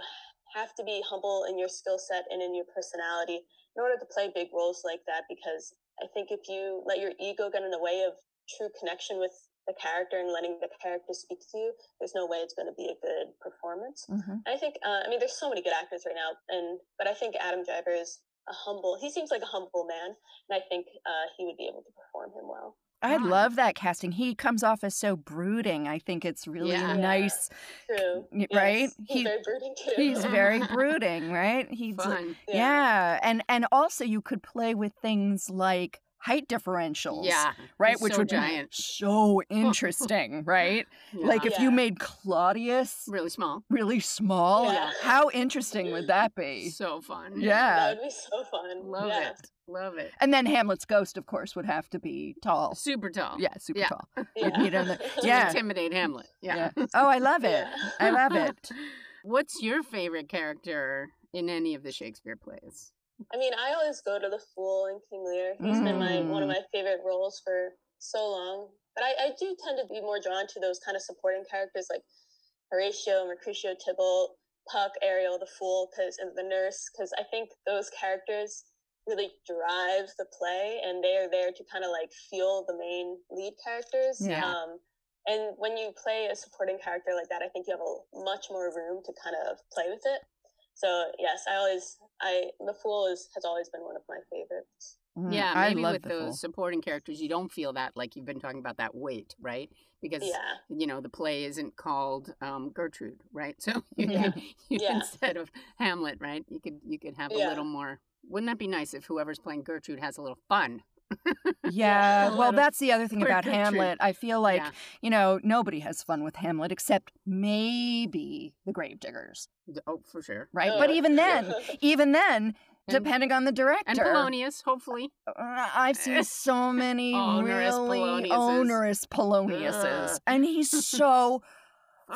[SPEAKER 4] have to be humble in your skill set and in your personality in order to play big roles like that because i think if you let your ego get in the way of true connection with the character and letting the character speak to you there's no way it's going to be a good performance
[SPEAKER 3] hmm
[SPEAKER 4] I think uh, I mean there's so many good actors right now, and but I think Adam Driver is a humble. He seems like a humble man, and I think uh, he would be able to perform him well.
[SPEAKER 3] I
[SPEAKER 2] Nice.
[SPEAKER 3] love that casting. He comes off as so brooding. I think it's really
[SPEAKER 2] Yeah.
[SPEAKER 4] Yeah.
[SPEAKER 3] nice.
[SPEAKER 4] True,
[SPEAKER 3] Y- right?
[SPEAKER 4] He's
[SPEAKER 3] He-
[SPEAKER 4] very brooding too. *laughs*
[SPEAKER 3] He's very brooding, right? He's
[SPEAKER 2] Fun.
[SPEAKER 3] Yeah. and and also you could play with things like height differentials.
[SPEAKER 2] Yeah.
[SPEAKER 3] Right,
[SPEAKER 2] he's
[SPEAKER 3] which
[SPEAKER 2] so
[SPEAKER 3] would
[SPEAKER 2] giant. *laughs*
[SPEAKER 3] be so interesting, right? Like
[SPEAKER 2] Yeah.
[SPEAKER 3] if you
[SPEAKER 4] Yeah.
[SPEAKER 3] made Claudius
[SPEAKER 2] really small.
[SPEAKER 3] really small,
[SPEAKER 4] Yeah.
[SPEAKER 3] how interesting would that be?
[SPEAKER 2] So fun.
[SPEAKER 3] Yeah.
[SPEAKER 4] that would be so fun.
[SPEAKER 2] Love
[SPEAKER 4] yeah.
[SPEAKER 2] it. Love it.
[SPEAKER 3] And then Hamlet's ghost, of course, would have to be tall.
[SPEAKER 2] Super tall.
[SPEAKER 3] Yeah, super
[SPEAKER 2] Yeah.
[SPEAKER 3] tall.
[SPEAKER 4] Yeah.
[SPEAKER 3] need him
[SPEAKER 4] *laughs*
[SPEAKER 3] there.
[SPEAKER 2] To
[SPEAKER 3] Yeah.
[SPEAKER 2] Intimidate Hamlet. *laughs* Yeah.
[SPEAKER 3] Oh, I love it.
[SPEAKER 4] Yeah.
[SPEAKER 3] I love it.
[SPEAKER 2] *laughs* What's your favorite character in any of the Shakespeare plays?
[SPEAKER 4] I mean, I always go to the fool in King Lear. He's been my one of
[SPEAKER 3] Mm.
[SPEAKER 4] my favorite roles for so long. But I, I do tend to be more drawn to those kind of supporting characters like Horatio, Mercutio, Tybalt, Puck, Ariel, the fool, because and the nurse, because I think those characters really drive the play, and they are there to kind of like fuel the main lead characters.
[SPEAKER 3] Yeah.
[SPEAKER 4] Um, and when you play a supporting character like that, I think you have a much more room to kind of play with it. So yes, I always I the fool is has always been one of my favorites.
[SPEAKER 3] Mm,
[SPEAKER 2] yeah,
[SPEAKER 3] I
[SPEAKER 2] maybe
[SPEAKER 3] love
[SPEAKER 2] with
[SPEAKER 3] the
[SPEAKER 2] those
[SPEAKER 3] fool.
[SPEAKER 2] supporting characters, you don't feel that like you've been talking about that weight, right? Because
[SPEAKER 4] Yeah,
[SPEAKER 2] you know the play isn't called um, Gertrude, right? *laughs* So you
[SPEAKER 3] Yeah.
[SPEAKER 2] could, you,
[SPEAKER 4] Yeah.
[SPEAKER 2] instead of Hamlet, right? You could you could have a
[SPEAKER 4] Yeah.
[SPEAKER 2] little more. Wouldn't that be nice if whoever's playing Gertrude has a little fun? *laughs*
[SPEAKER 3] Yeah,
[SPEAKER 4] A
[SPEAKER 3] well,
[SPEAKER 2] little
[SPEAKER 3] that's the other thing
[SPEAKER 2] quirky
[SPEAKER 3] about
[SPEAKER 2] treat.
[SPEAKER 3] Hamlet. I feel like,
[SPEAKER 2] Yeah.
[SPEAKER 3] you know, nobody has fun with Hamlet except maybe the gravediggers,
[SPEAKER 2] D- Oh, for sure.
[SPEAKER 3] right?
[SPEAKER 4] Oh,
[SPEAKER 3] But even then, even then,
[SPEAKER 2] *laughs* And-
[SPEAKER 3] depending on the director,
[SPEAKER 2] And Polonius, hopefully.
[SPEAKER 3] Uh,
[SPEAKER 2] *laughs*
[SPEAKER 3] I've seen so many
[SPEAKER 2] Onerous Uh.
[SPEAKER 3] really
[SPEAKER 2] Poloniuses.
[SPEAKER 3] onerous Poloniuses,
[SPEAKER 2] Ugh.
[SPEAKER 3] and he's
[SPEAKER 2] *laughs*
[SPEAKER 3] so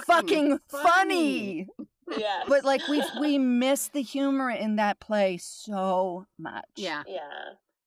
[SPEAKER 3] fucking funny.
[SPEAKER 4] yeah,
[SPEAKER 3] But like we we miss the humor in that play so much.
[SPEAKER 2] Yeah,
[SPEAKER 4] *laughs* yeah,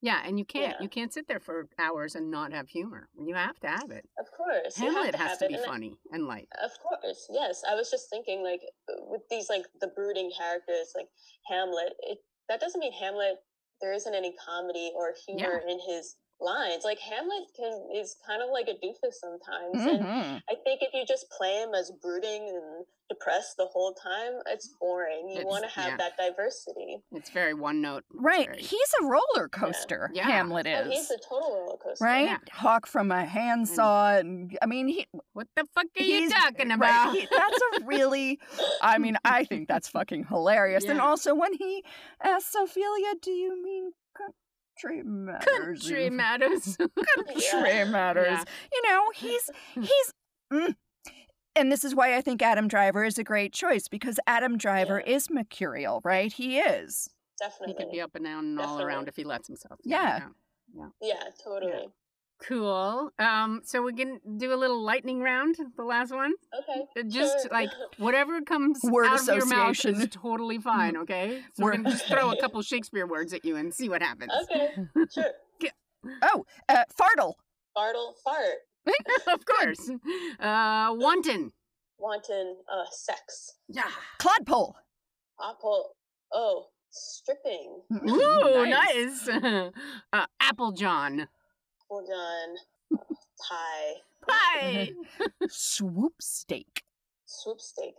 [SPEAKER 2] yeah, and you can't
[SPEAKER 4] Yeah.
[SPEAKER 2] you can't sit there for hours and not have humor. You have to have it.
[SPEAKER 4] of course. you have
[SPEAKER 2] Hamlet has
[SPEAKER 4] have
[SPEAKER 2] to
[SPEAKER 4] it,
[SPEAKER 2] be
[SPEAKER 4] and I-
[SPEAKER 2] funny and light.
[SPEAKER 4] Of course, yes. I was just thinking, like, uh, with these, like, the brooding characters, like Hamlet, it, that doesn't mean Hamlet, there isn't any comedy or humor in his lines. Like, Hamlet can, is kind of like a doofus sometimes.
[SPEAKER 2] Mm-hmm.
[SPEAKER 4] And
[SPEAKER 3] Mhm.
[SPEAKER 4] I think if you just play him as brooding and depressed the whole time, it's boring. You
[SPEAKER 2] It's-
[SPEAKER 4] want to have
[SPEAKER 2] yeah.
[SPEAKER 4] that diversity.
[SPEAKER 2] It's very one note.
[SPEAKER 3] Right.
[SPEAKER 2] Very-
[SPEAKER 3] He's a roller coaster.
[SPEAKER 2] Yeah. Oh,
[SPEAKER 3] Hamlet is.
[SPEAKER 4] And Oh, he's a total roller coaster.
[SPEAKER 3] right?
[SPEAKER 2] Yeah.
[SPEAKER 3] Hawk from a handsaw, and I mean, he,
[SPEAKER 2] What the fuck are you
[SPEAKER 3] he's
[SPEAKER 2] talking
[SPEAKER 3] right,
[SPEAKER 2] about?
[SPEAKER 3] he- *laughs* that's a really, I mean, I think that's fucking hilarious. And
[SPEAKER 2] Yeah.
[SPEAKER 3] also when he asks Ophelia, "Do you mean co- country matters.
[SPEAKER 2] *laughs*
[SPEAKER 3] *laughs*
[SPEAKER 2] Country
[SPEAKER 3] and-
[SPEAKER 2] matters. *laughs*
[SPEAKER 3] Country matters.
[SPEAKER 2] Yeah.
[SPEAKER 3] You know,
[SPEAKER 2] *laughs*
[SPEAKER 3] he's he's. mm. And this is why I think Adam Driver is a great choice because Adam Driver
[SPEAKER 4] Yeah.
[SPEAKER 3] is mercurial, right? He is.
[SPEAKER 4] Definitely.
[SPEAKER 2] he could be up and down and all around if he lets himself.
[SPEAKER 3] Yeah.
[SPEAKER 4] Yeah, totally.
[SPEAKER 2] Cool. Um, so we can do a little lightning round, the last one.
[SPEAKER 4] Okay.
[SPEAKER 2] Uh, Just
[SPEAKER 4] sure.
[SPEAKER 2] like whatever comes
[SPEAKER 3] Word
[SPEAKER 2] out of your mouth is
[SPEAKER 3] association. Mm-hmm.
[SPEAKER 2] totally fine, okay? So we're
[SPEAKER 3] Word-
[SPEAKER 2] gonna just throw
[SPEAKER 3] *laughs*
[SPEAKER 2] a couple Shakespeare words at you and see what happens. *laughs*
[SPEAKER 4] *laughs* okay, sure.
[SPEAKER 3] Oh, uh, Fartle.
[SPEAKER 4] Bartle fart.
[SPEAKER 2] *laughs* of course. Uh, wanton.
[SPEAKER 4] Wanton uh sex.
[SPEAKER 2] Yeah.
[SPEAKER 3] Clodpole.
[SPEAKER 4] Apple oh stripping.
[SPEAKER 2] Hmm. Ooh,
[SPEAKER 3] Nice.
[SPEAKER 2] nice. *laughs* Uh, Apple John.
[SPEAKER 4] Hold on. uh, Pie.
[SPEAKER 2] Hi.
[SPEAKER 3] Swoop steak.
[SPEAKER 4] Swoopstake.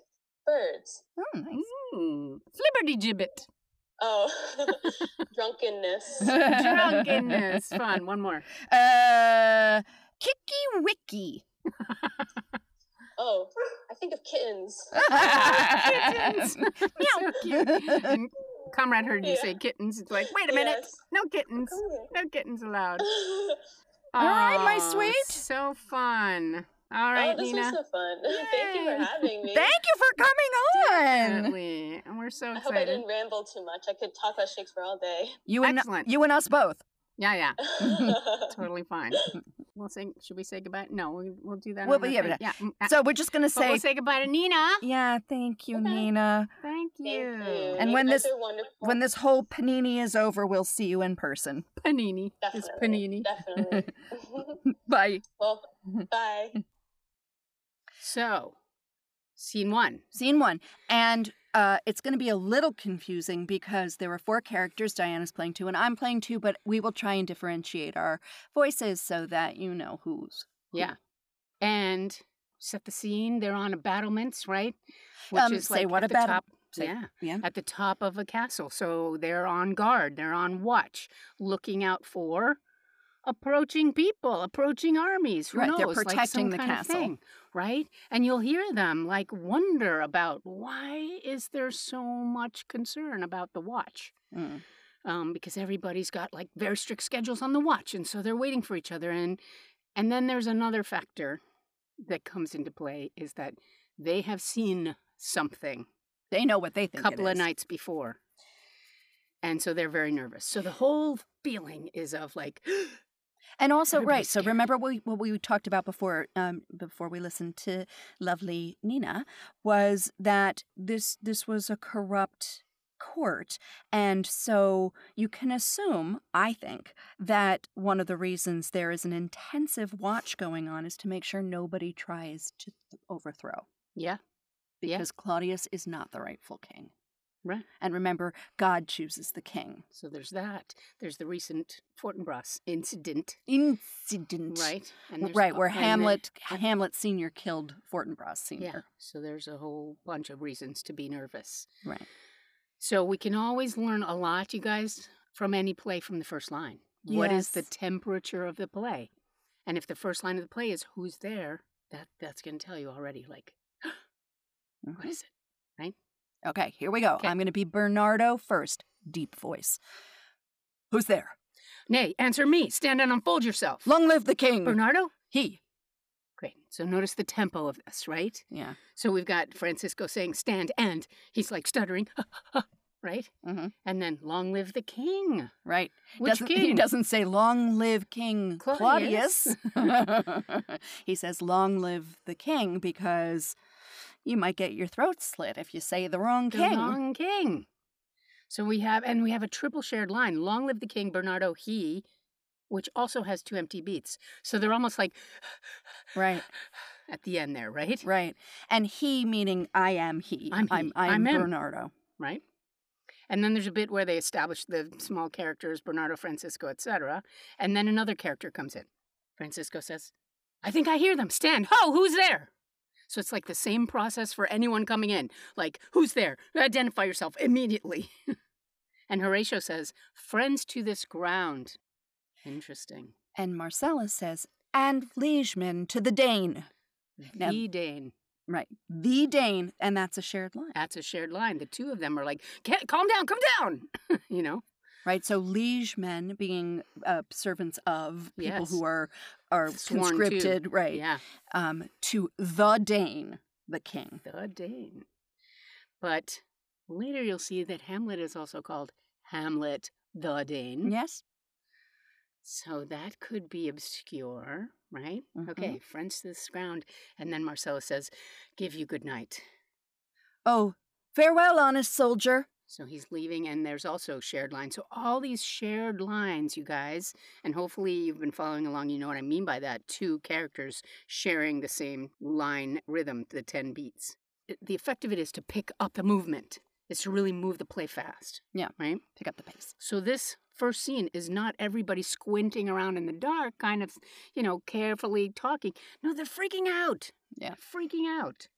[SPEAKER 4] Birds.
[SPEAKER 3] Oh, nice.
[SPEAKER 2] Mm. Flibberty gibbet.
[SPEAKER 4] Oh *laughs* drunkenness.
[SPEAKER 2] *laughs* Drunkenness. Fun. One more.
[SPEAKER 3] *laughs* Uh, Kicky Wicky.
[SPEAKER 4] Oh, I think of kittens.
[SPEAKER 3] *laughs*
[SPEAKER 2] Kittens.
[SPEAKER 3] Meow.
[SPEAKER 2] so cute. *laughs*
[SPEAKER 4] *laughs*
[SPEAKER 2] And Comrade heard you
[SPEAKER 4] Yeah.
[SPEAKER 2] say kittens. It's like, wait a minute.
[SPEAKER 4] Yes.
[SPEAKER 2] No kittens.
[SPEAKER 4] Come here.
[SPEAKER 2] No kittens allowed.
[SPEAKER 4] *laughs*
[SPEAKER 3] All right, my
[SPEAKER 2] Aw,
[SPEAKER 3] sweet.
[SPEAKER 2] So fun. All
[SPEAKER 4] oh,
[SPEAKER 2] right,
[SPEAKER 4] this
[SPEAKER 2] Nina.
[SPEAKER 4] was so fun. *laughs* Thank you for
[SPEAKER 2] Yay.
[SPEAKER 4] having me.
[SPEAKER 3] Thank you for coming on.
[SPEAKER 2] Definitely. And we're so
[SPEAKER 4] I hope I
[SPEAKER 2] excited.
[SPEAKER 4] didn't ramble too much. I could talk about Shakespeare all day.
[SPEAKER 3] You and
[SPEAKER 2] Excellent.
[SPEAKER 3] you and us both.
[SPEAKER 2] Yeah, yeah. Mm-hmm.
[SPEAKER 4] *laughs*
[SPEAKER 2] Totally fine. We'll say, should we say goodbye? No, we, we'll do that.
[SPEAKER 3] Well,
[SPEAKER 2] on
[SPEAKER 3] but
[SPEAKER 2] the
[SPEAKER 3] yeah,
[SPEAKER 2] thing.
[SPEAKER 3] but
[SPEAKER 2] yeah. mm, uh,
[SPEAKER 3] So we're just gonna
[SPEAKER 2] but
[SPEAKER 3] say,
[SPEAKER 2] we'll say goodbye to Nina.
[SPEAKER 3] yeah, thank you,
[SPEAKER 4] Okay.
[SPEAKER 3] Nina.
[SPEAKER 2] Thank you.
[SPEAKER 4] Thank you.
[SPEAKER 3] And
[SPEAKER 4] You
[SPEAKER 3] when
[SPEAKER 4] guys
[SPEAKER 3] this-
[SPEAKER 4] are wonderful.
[SPEAKER 3] When this whole panini is over, we'll see you in person.
[SPEAKER 2] Panini. It's
[SPEAKER 4] definitely,
[SPEAKER 2] panini.
[SPEAKER 4] definitely.
[SPEAKER 2] *laughs*
[SPEAKER 3] Bye.
[SPEAKER 4] well, bye.
[SPEAKER 2] So, scene one.
[SPEAKER 3] Scene one, and uh, it's gonna be a little confusing because there were four characters. Diana's playing two, and I'm playing two. But we will try and differentiate our voices so that you know who's.
[SPEAKER 2] Yeah. And set the scene. They're on a battlements, right? Which
[SPEAKER 3] Um, say what
[SPEAKER 2] at the
[SPEAKER 3] about 'em.
[SPEAKER 2] top.
[SPEAKER 3] Say-
[SPEAKER 2] yeah.
[SPEAKER 3] Yeah.
[SPEAKER 2] At the top of a castle. So they're on guard. They're on watch, looking out for approaching people, approaching armies. Who
[SPEAKER 3] Right, they're
[SPEAKER 2] knows? like some
[SPEAKER 3] protecting the
[SPEAKER 2] kind of
[SPEAKER 3] castle.
[SPEAKER 2] thing, right? And you'll hear them like wonder about why is there so much concern about the watch?
[SPEAKER 3] Mm.
[SPEAKER 2] um, because everybody's got like very strict schedules on the watch, and so they're waiting for each other. And and then there's another factor that comes into play is that they have seen something
[SPEAKER 3] They know what they
[SPEAKER 2] a
[SPEAKER 3] think. it
[SPEAKER 2] couple of
[SPEAKER 3] is.
[SPEAKER 2] nights before, and so they're very nervous. So the whole feeling is of like, *gasps*
[SPEAKER 3] And also,
[SPEAKER 2] Everybody's
[SPEAKER 3] right. So
[SPEAKER 2] scared.
[SPEAKER 3] remember we, what we talked about before, um, before we listened to lovely Nina, was that this this was a corrupt court, and so you can assume, I think, that one of the reasons there is an intensive watch going on is to make sure nobody tries to th- overthrow,
[SPEAKER 2] yeah, Yeah.
[SPEAKER 3] because Claudius is not the rightful king.
[SPEAKER 2] Right.
[SPEAKER 3] And remember, God chooses the king.
[SPEAKER 2] so there's that. There's the recent Fortinbras incident,
[SPEAKER 3] Incident.
[SPEAKER 2] right? And there's
[SPEAKER 3] Right,
[SPEAKER 2] a-
[SPEAKER 3] where
[SPEAKER 2] and then-
[SPEAKER 3] Hamlet
[SPEAKER 2] and-
[SPEAKER 3] Hamlet Senior killed Fortinbras
[SPEAKER 2] Yeah,
[SPEAKER 3] Senior.
[SPEAKER 2] so there's a whole bunch of reasons to be nervous.
[SPEAKER 3] Right.
[SPEAKER 2] So we can always learn a lot, you guys, from any play from the first line. What is the
[SPEAKER 3] Yes.
[SPEAKER 2] temperature of the play? And if the first line of the play is who's there, that that's going to tell you already. Like, *gasps* what
[SPEAKER 3] Mhm.
[SPEAKER 2] is it?
[SPEAKER 3] Okay, here we go.
[SPEAKER 2] Okay.
[SPEAKER 3] I'm going to be Bernardo first, deep voice. Who's there?
[SPEAKER 2] Nay, answer me. Stand and unfold yourself.
[SPEAKER 3] Long live the king.
[SPEAKER 2] Bernardo.
[SPEAKER 3] He.
[SPEAKER 2] Great. So notice the tempo of this, right?
[SPEAKER 3] Yeah.
[SPEAKER 2] So we've got Francisco saying stand and he's like stuttering, *laughs* right?
[SPEAKER 3] Mhm.
[SPEAKER 2] And then long live the king.
[SPEAKER 3] Right.
[SPEAKER 2] Which
[SPEAKER 3] doesn't,
[SPEAKER 2] king?
[SPEAKER 3] He doesn't say long live King Claudius.
[SPEAKER 2] Claudius.
[SPEAKER 3] *laughs* he says long live the king because you might get your throat slit if you say the wrong
[SPEAKER 2] The
[SPEAKER 3] king.
[SPEAKER 2] long king. So we have, and we have a triple shared line. Long live the king, Bernardo he, which also has two empty beats. So they're almost like
[SPEAKER 3] Right,
[SPEAKER 2] at the end there, right?
[SPEAKER 3] right. And he meaning I am he.
[SPEAKER 2] I'm he.
[SPEAKER 3] I'm,
[SPEAKER 2] I'm him.
[SPEAKER 3] Bernardo.
[SPEAKER 2] Right. And then there's a bit where they establish the small characters, Bernardo, Francisco, etc. And then another character comes in. Francisco says, "I think I hear them. Stand. Ho, who's there?" So it's like the same process for anyone coming in. Like, who's there? Identify yourself immediately. *laughs* and Horatio says, "Friends to this ground." Interesting.
[SPEAKER 3] And Marcellus says, and liegemen to the Dane. Now-
[SPEAKER 2] The Dane.
[SPEAKER 3] Right. The Dane. And that's a shared line.
[SPEAKER 2] That's a shared line. The two of them are like, "Ca- "Calm down, calm down," *laughs* you know.
[SPEAKER 3] right? So liegemen being uh, servants of people
[SPEAKER 2] Yes.
[SPEAKER 3] who are are
[SPEAKER 2] Sworn to.
[SPEAKER 3] conscripted, right?
[SPEAKER 2] Yeah.
[SPEAKER 3] Um, to the Dane, the king.
[SPEAKER 2] The Dane. But later you'll see that Hamlet is also called Hamlet the Dane.
[SPEAKER 3] Yes.
[SPEAKER 2] So that could be obscure, right? Okay, French this ground. And then Marcella says, Give you good night.
[SPEAKER 3] Oh, farewell, honest soldier.
[SPEAKER 2] So he's leaving, and there's also shared lines. So all these shared lines, you guys, and hopefully you've been following along. You know what I mean by that. Two characters sharing the same line rhythm, the 10 beats. It- The effect of it is to pick up the movement, it's to really move the play fast.
[SPEAKER 3] Yeah.
[SPEAKER 2] Right?
[SPEAKER 3] Pick up the pace.
[SPEAKER 2] So this first scene is not everybody squinting around in the dark, kind of, you know, carefully talking. No, they're freaking out.
[SPEAKER 3] Yeah.
[SPEAKER 2] Freaking out.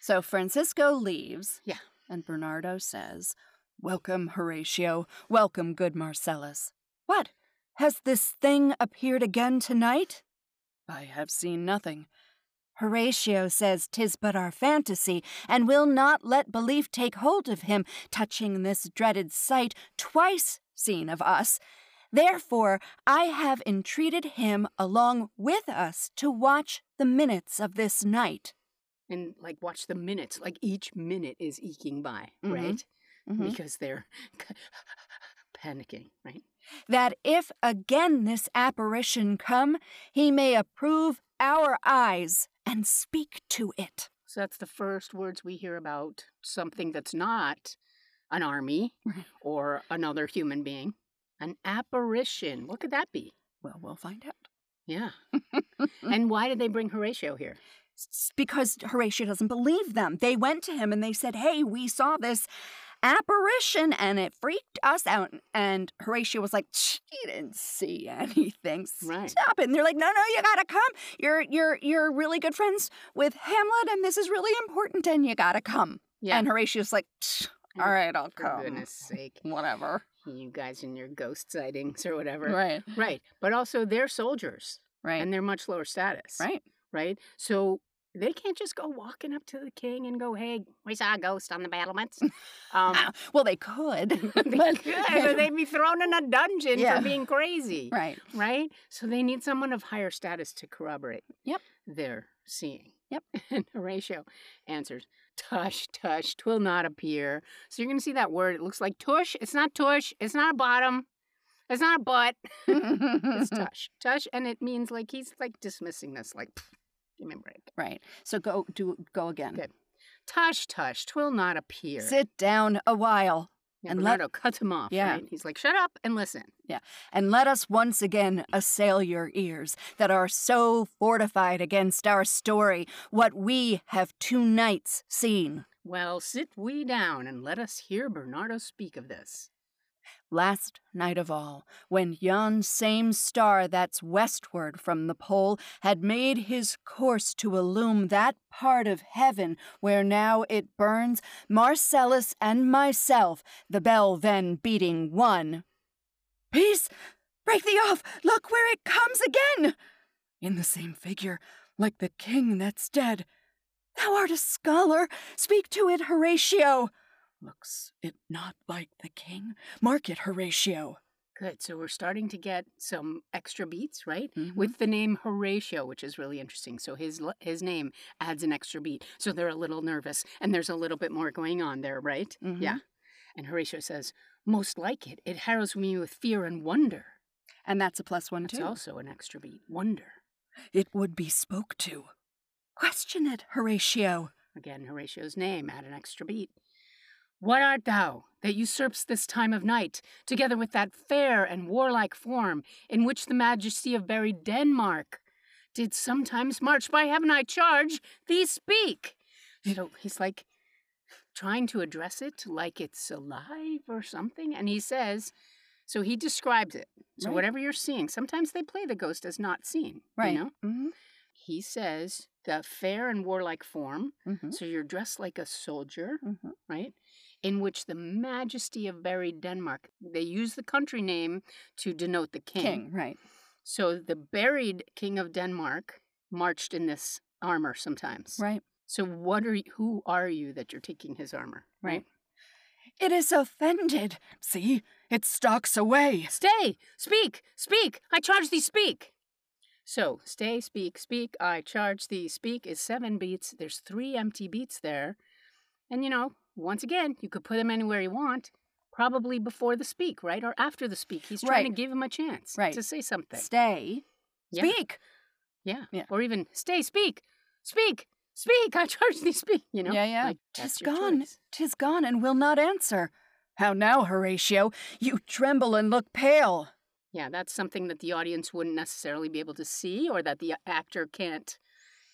[SPEAKER 3] So Francisco leaves.
[SPEAKER 2] Yeah.
[SPEAKER 3] And Bernardo says, Welcome, Horatio. Welcome, good Marcellus. What? Has this thing appeared again tonight? I have seen nothing. Horatio says 'tis but our fantasy, and will not let belief take hold of him, touching this dreaded sight twice seen of us. Therefore, I have entreated him along with us to watch the minutes of this night.
[SPEAKER 2] And like watch the minutes. Like each minute is eking by,
[SPEAKER 3] Mhm.
[SPEAKER 2] right? Because
[SPEAKER 3] *laughs*
[SPEAKER 2] they're
[SPEAKER 3] *sighs*
[SPEAKER 2] panicking, right?
[SPEAKER 3] that if again this apparition come, he may approve our eyes and speak to it.
[SPEAKER 2] So that's the first words we hear about something that's not an army
[SPEAKER 3] Right.
[SPEAKER 2] or another human being. An apparition. What could that be?
[SPEAKER 3] Well, we'll find out. *laughs*
[SPEAKER 2] Yeah. and why did they bring Horatio here?
[SPEAKER 3] It's because Horatio doesn't believe them. They went to him and they said, Hey, we saw this apparition and it freaked us out. And Horatio was like, "Tch, You didn't see anything. Stop
[SPEAKER 2] Right.
[SPEAKER 3] it. And they're like, No, no, you gotta come. You're you're you're really good friends with Hamlet and this is really important and you gotta come.
[SPEAKER 2] Yeah.
[SPEAKER 3] And Horatio's like, "Tch, All
[SPEAKER 2] Oh,
[SPEAKER 3] right, I'll
[SPEAKER 2] For
[SPEAKER 3] come.
[SPEAKER 2] goodness sake.
[SPEAKER 3] Whatever.
[SPEAKER 2] You guys and your ghost sightings or whatever.
[SPEAKER 3] Right.
[SPEAKER 2] Right. But also they're soldiers
[SPEAKER 3] Right.
[SPEAKER 2] and they're much lower status.
[SPEAKER 3] right.
[SPEAKER 2] Right. So they can't just go walking up to the king and go, hey, we saw a ghost on the
[SPEAKER 3] *laughs*
[SPEAKER 2] battlements. Um,
[SPEAKER 3] Ah, well, *laughs* they could.
[SPEAKER 2] they
[SPEAKER 3] but-
[SPEAKER 2] could, or they'd be thrown in a dungeon
[SPEAKER 3] Yeah.
[SPEAKER 2] for being crazy.
[SPEAKER 3] *laughs* right.
[SPEAKER 2] right? So they need someone of higher status to corroborate.
[SPEAKER 3] Yep.
[SPEAKER 2] Their seeing.
[SPEAKER 3] Yep.
[SPEAKER 2] *laughs* And Horatio answers, "Tush, tush, twill not appear." So you're gonna see that word. It looks like tush. It's not tush. It's not a bottom. It's not a butt.
[SPEAKER 3] *laughs*
[SPEAKER 2] It's tush, tush, and it means like he's like dismissing this. Like, "Pff, give me a break.
[SPEAKER 3] right. So go do go again.
[SPEAKER 2] Good. Tush, tush, twill not appear.
[SPEAKER 3] Sit down a while
[SPEAKER 2] yeah,
[SPEAKER 3] and let-
[SPEAKER 2] Bernardo cuts him off.
[SPEAKER 3] Yeah.
[SPEAKER 2] right? He's like, "Shut up and listen."
[SPEAKER 3] and let us once again assail your ears that are so fortified against our story what we have two nights seen.
[SPEAKER 2] Well, sit we down and let us hear Bernardo speak of this.
[SPEAKER 3] Last night of all, when yon same star that's westward from the pole had made his course to illume that part of heaven where now it burns, Marcellus and myself, the bell then beating one. Peace! Break thee off! Look where it comes again! In the same figure, like the king that's dead. Thou art a scholar, speak to it, Horatio. Looks it not like the king? Mark it, Horatio.
[SPEAKER 2] Good. So we're starting to get some extra beats, right?
[SPEAKER 3] Mhm.
[SPEAKER 2] With the name Horatio, which is really interesting. So his l- his name adds an extra beat. So they're a little nervous, and there's a little bit more going on there, right? Yeah. And Horatio says, "Most like it. It harrows me with fear and wonder."
[SPEAKER 3] And that's a plus one,
[SPEAKER 2] It's
[SPEAKER 3] too.
[SPEAKER 2] also an extra beat. Wonder.
[SPEAKER 3] It would be spoke to. Question it, Horatio.
[SPEAKER 2] Again, Horatio's name add an extra beat. What art thou that usurps this time of night, together with that fair and warlike form in which the majesty of buried Denmark did sometimes march? By heaven I charge thee speak. So he's like trying to address it like it's alive or something. And he says, so he describes it. So
[SPEAKER 3] Right.
[SPEAKER 2] whatever you're seeing, sometimes they play the ghost as not seen. You know?
[SPEAKER 3] Mm-hmm.
[SPEAKER 2] He says the fair and warlike form
[SPEAKER 3] Mm-hmm.
[SPEAKER 2] so you're dressed like a soldier,
[SPEAKER 3] Mm-hmm.
[SPEAKER 2] right? In which the majesty of buried Denmark, they use the country name to denote the king.
[SPEAKER 3] King, right.
[SPEAKER 2] So the buried king of Denmark marched in this armor sometimes.
[SPEAKER 3] Right.
[SPEAKER 2] So what are you, who are you that you're taking his armor,
[SPEAKER 3] Right.
[SPEAKER 2] right?
[SPEAKER 3] It is offended. See, it stalks away.
[SPEAKER 2] *laughs* Stay, speak, speak, I charge thee speak. So, stay, speak, speak, I charge thee speak is seven beats. There's three empty beats there. And you know, once again, you could put him anywhere you want, probably before the speak, right? Or after the speak. He's trying
[SPEAKER 3] Right.
[SPEAKER 2] to give him a chance
[SPEAKER 3] Right.
[SPEAKER 2] to say something.
[SPEAKER 3] Stay.
[SPEAKER 2] Yeah.
[SPEAKER 3] Speak.
[SPEAKER 2] Yeah.
[SPEAKER 3] Yeah.
[SPEAKER 2] Or even stay, speak, speak, speak, I charge thee speak, you know?
[SPEAKER 3] Yeah, yeah.
[SPEAKER 2] Like,
[SPEAKER 3] Tis
[SPEAKER 2] that's your
[SPEAKER 3] gone.
[SPEAKER 2] choice.
[SPEAKER 3] Tis gone and will not answer. How now, Horatio? You tremble and look pale.
[SPEAKER 2] Yeah, that's something that the audience wouldn't necessarily be able to see or that the actor can't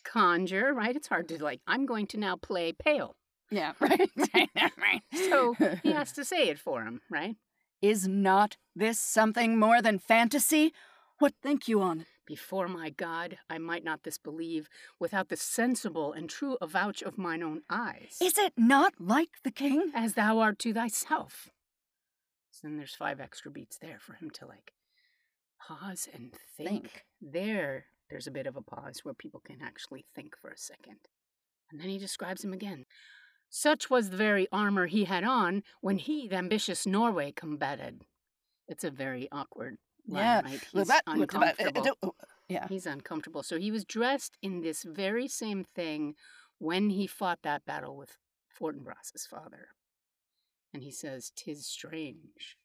[SPEAKER 2] conjure, right? It's hard to, like, I'm going to now play pale. *laughs*
[SPEAKER 3] Yeah, right, right, *laughs* right.
[SPEAKER 2] So he has to say it for him, right?
[SPEAKER 3] is not this something more than fantasy? What think you on?
[SPEAKER 2] Before my God, I might not this believe without the sensible and true avouch of mine own eyes,
[SPEAKER 3] Is it not like the king?
[SPEAKER 2] as thou art to thyself. So then there's five extra beats there for him to like pause and think.
[SPEAKER 3] Think.
[SPEAKER 2] There, there's a bit of a pause where people can actually think for a second. And then he describes him again. Such was the very armor he had on when he the ambitious Norway combated. It's a very awkward line,
[SPEAKER 3] Yeah.
[SPEAKER 2] right? He's
[SPEAKER 3] Well, that- well, that- uh,
[SPEAKER 2] uncomfortable.
[SPEAKER 3] uh, Yeah.
[SPEAKER 2] He's uncomfortable. So he was dressed in this very same thing when he fought that battle with Fortinbras' father. And he says, "Tis strange."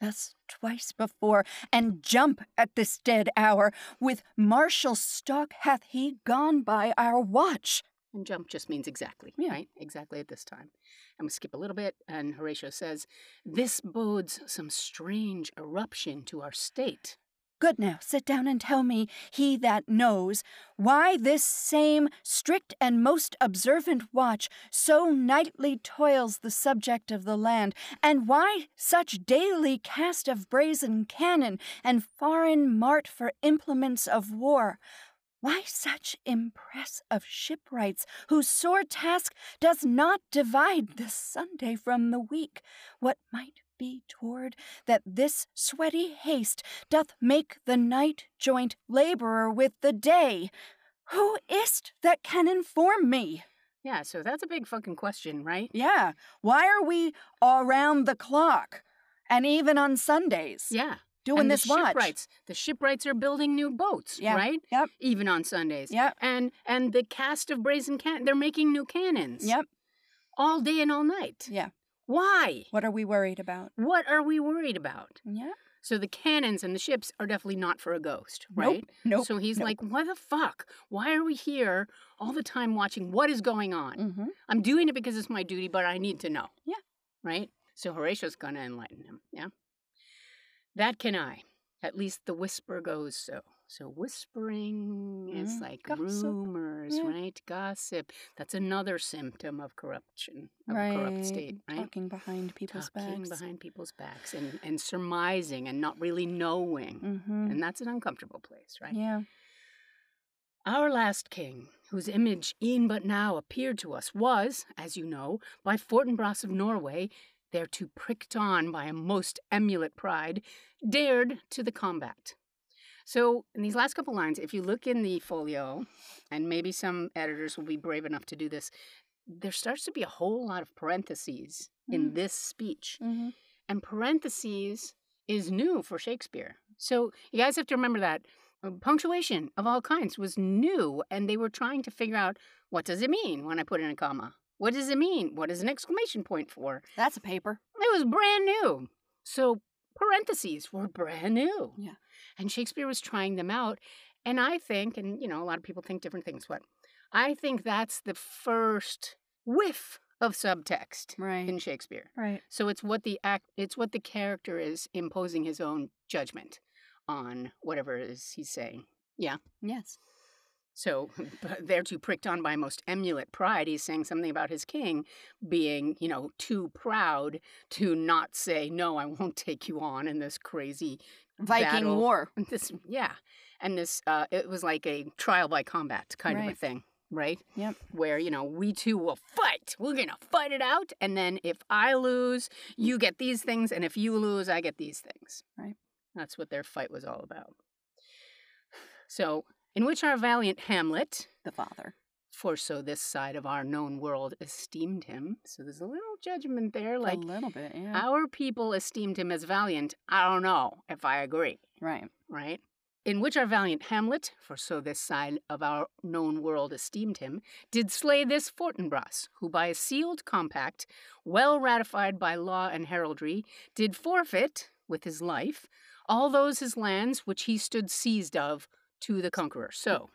[SPEAKER 3] Thus twice before, and jump at this dead hour. With martial stalk hath he gone by our watch.
[SPEAKER 2] And jump just means exactly,
[SPEAKER 3] Yeah.
[SPEAKER 2] right? Exactly at this time. And we skip a little bit, and Horatio says, This bodes some strange eruption to our state.
[SPEAKER 3] Good now, sit down and tell me, he that knows, why this same strict and most observant watch so nightly toils the subject of the land, and why such daily cast of brazen cannon and foreign mart for implements of war. Why such impress of shipwrights, whose sore task does not divide the Sunday from the week? What might be toward that this sweaty haste doth make the night joint laborer with the day? Who is't that can inform me?
[SPEAKER 2] Yeah, so that's a big fucking question, right?
[SPEAKER 3] Yeah, why are we around the clock and even on Sundays
[SPEAKER 2] Yeah.
[SPEAKER 3] doing
[SPEAKER 2] and
[SPEAKER 3] this
[SPEAKER 2] the
[SPEAKER 3] watch?
[SPEAKER 2] Shipwrights, the shipwrights are building new boats,
[SPEAKER 3] Yeah.
[SPEAKER 2] right?
[SPEAKER 3] Yep.
[SPEAKER 2] Even on Sundays.
[SPEAKER 3] Yep.
[SPEAKER 2] And and the cast of brazen can they're making new cannons.
[SPEAKER 3] Yep.
[SPEAKER 2] All day and all night.
[SPEAKER 3] Yeah.
[SPEAKER 2] Why?
[SPEAKER 3] What are we worried about?
[SPEAKER 2] What are we worried about?
[SPEAKER 3] Yeah.
[SPEAKER 2] So the cannons and the ships are definitely not for a ghost,
[SPEAKER 3] Nope,
[SPEAKER 2] right?
[SPEAKER 3] nope,
[SPEAKER 2] So he's
[SPEAKER 3] nope.
[SPEAKER 2] like, "What the fuck? Why are we here all the time watching what is going on?
[SPEAKER 3] Mm-hmm.
[SPEAKER 2] I'm doing it because it's my duty, but I need to know."
[SPEAKER 3] Yeah.
[SPEAKER 2] Right? So Horatio's going to enlighten him, yeah? That can I. At least the whisper goes so. So whispering is
[SPEAKER 3] Mm,
[SPEAKER 2] like
[SPEAKER 3] gossip,
[SPEAKER 2] rumors,
[SPEAKER 3] yeah.
[SPEAKER 2] right? Gossip. That's another symptom of corruption, of a corrupt state, right?
[SPEAKER 3] Talking behind people's
[SPEAKER 2] talking
[SPEAKER 3] backs.
[SPEAKER 2] behind people's backs and, and surmising and not really knowing.
[SPEAKER 3] mm-hmm.
[SPEAKER 2] And that's an uncomfortable place, right?
[SPEAKER 3] Yeah.
[SPEAKER 2] Our last king, whose image e'en but now appeared to us, was, as you know, by Fortinbras of Norway, thereto pricked on by a most emulet pride, dared to the combat. So, in these last couple lines, if you look in the folio, and maybe some editors will be brave enough to do this, there starts to be a whole lot of parentheses in
[SPEAKER 3] Mm.
[SPEAKER 2] this speech
[SPEAKER 3] Mm-hmm.
[SPEAKER 2] and parentheses is new for Shakespeare. So you guys have to remember that uh, punctuation of all kinds was new, and they were trying to figure out what does it mean when I put in a comma. What does it mean? What is an exclamation point for?
[SPEAKER 3] That's a paper.
[SPEAKER 2] It was brand new. So parentheses were brand new.
[SPEAKER 3] Yeah.
[SPEAKER 2] And Shakespeare was trying them out. And I think, and you know, a lot of people think different things, but I think that's the first whiff of subtext
[SPEAKER 3] Right.
[SPEAKER 2] in Shakespeare.
[SPEAKER 3] Right.
[SPEAKER 2] So it's what the act it's what the character is imposing his own judgment on whatever it is he's saying.
[SPEAKER 3] Yes.
[SPEAKER 2] So *laughs* thereto pricked on by most emulet pride, he's saying something about his king being, you know, too proud to not say, No, I won't take you on in this crazy
[SPEAKER 3] Viking
[SPEAKER 2] battle."
[SPEAKER 3] War.
[SPEAKER 2] This yeah. And this uh it was like a trial by combat kind of a
[SPEAKER 3] Right.
[SPEAKER 2] thing. Right?
[SPEAKER 3] Yep.
[SPEAKER 2] where you know we two will fight we're gonna fight it out and then if i lose you get these things and if you lose i get these things
[SPEAKER 3] Right.
[SPEAKER 2] that's what their fight was *sighs* all about so in which our valiant hamlet
[SPEAKER 3] The father.
[SPEAKER 2] for so this side of our known world esteemed him. So there's a little judgment there. Like,
[SPEAKER 3] a little bit, yeah.
[SPEAKER 2] our people esteemed him as valiant. I don't know if I agree,
[SPEAKER 3] right.
[SPEAKER 2] right? In which our valiant Hamlet, for so this side of our known world esteemed him, did slay this Fortinbras, who by a sealed compact, well ratified by law and heraldry, did forfeit with his life all those his lands which he stood seized of to the conqueror. So,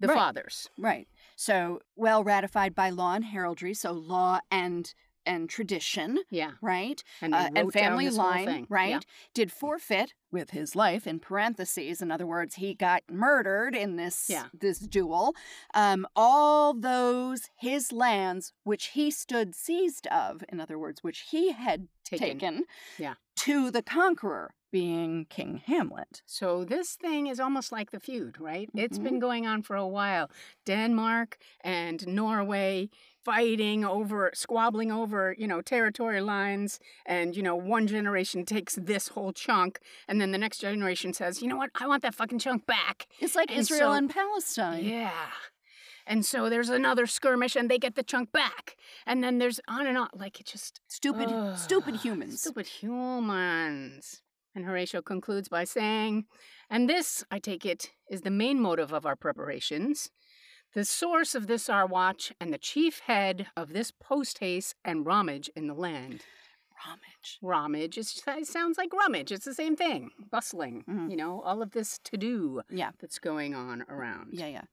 [SPEAKER 2] the
[SPEAKER 3] Right.
[SPEAKER 2] fathers.
[SPEAKER 3] Right. So well ratified by law and heraldry, so law and and tradition,
[SPEAKER 2] Yeah.
[SPEAKER 3] right?
[SPEAKER 2] And, they
[SPEAKER 3] Uh, and
[SPEAKER 2] wrote down
[SPEAKER 3] family
[SPEAKER 2] this whole
[SPEAKER 3] line,
[SPEAKER 2] thing.
[SPEAKER 3] right?
[SPEAKER 2] Yeah.
[SPEAKER 3] Did forfeit with his life in parentheses. In other words, he got murdered in this
[SPEAKER 2] Yeah.
[SPEAKER 3] this duel. Um, all those his lands which he stood seized of, in other words, which he had
[SPEAKER 2] Taken.
[SPEAKER 3] taken
[SPEAKER 2] Yeah.
[SPEAKER 3] to the conqueror, being King Hamlet.
[SPEAKER 2] So this thing is almost like the feud, right? It's been going on for a while. Denmark and Norway fighting over squabbling over, you know, territory lines and you know, one generation takes this whole chunk and then the next generation says, "You know what? I want that fucking chunk back."
[SPEAKER 3] It's like
[SPEAKER 2] And
[SPEAKER 3] Israel
[SPEAKER 2] so-
[SPEAKER 3] and Palestine.
[SPEAKER 2] Yeah. And so there's another skirmish and they get the chunk back. And then there's on and on like it just
[SPEAKER 3] Stupid,
[SPEAKER 2] *sighs*
[SPEAKER 3] stupid
[SPEAKER 2] Ugh,
[SPEAKER 3] humans.
[SPEAKER 2] Stupid humans. And Horatio concludes by saying, And this, I take it, is the main motive of our preparations. The source of this our watch, and the chief head of this post haste and rummage in the land.
[SPEAKER 3] Rummage.
[SPEAKER 2] Rummage is, it sounds like rummage. It's the same thing. Bustling,
[SPEAKER 3] Mhm.
[SPEAKER 2] you know, all of this to do
[SPEAKER 3] Yeah.
[SPEAKER 2] that's going on around.
[SPEAKER 3] Yeah, yeah.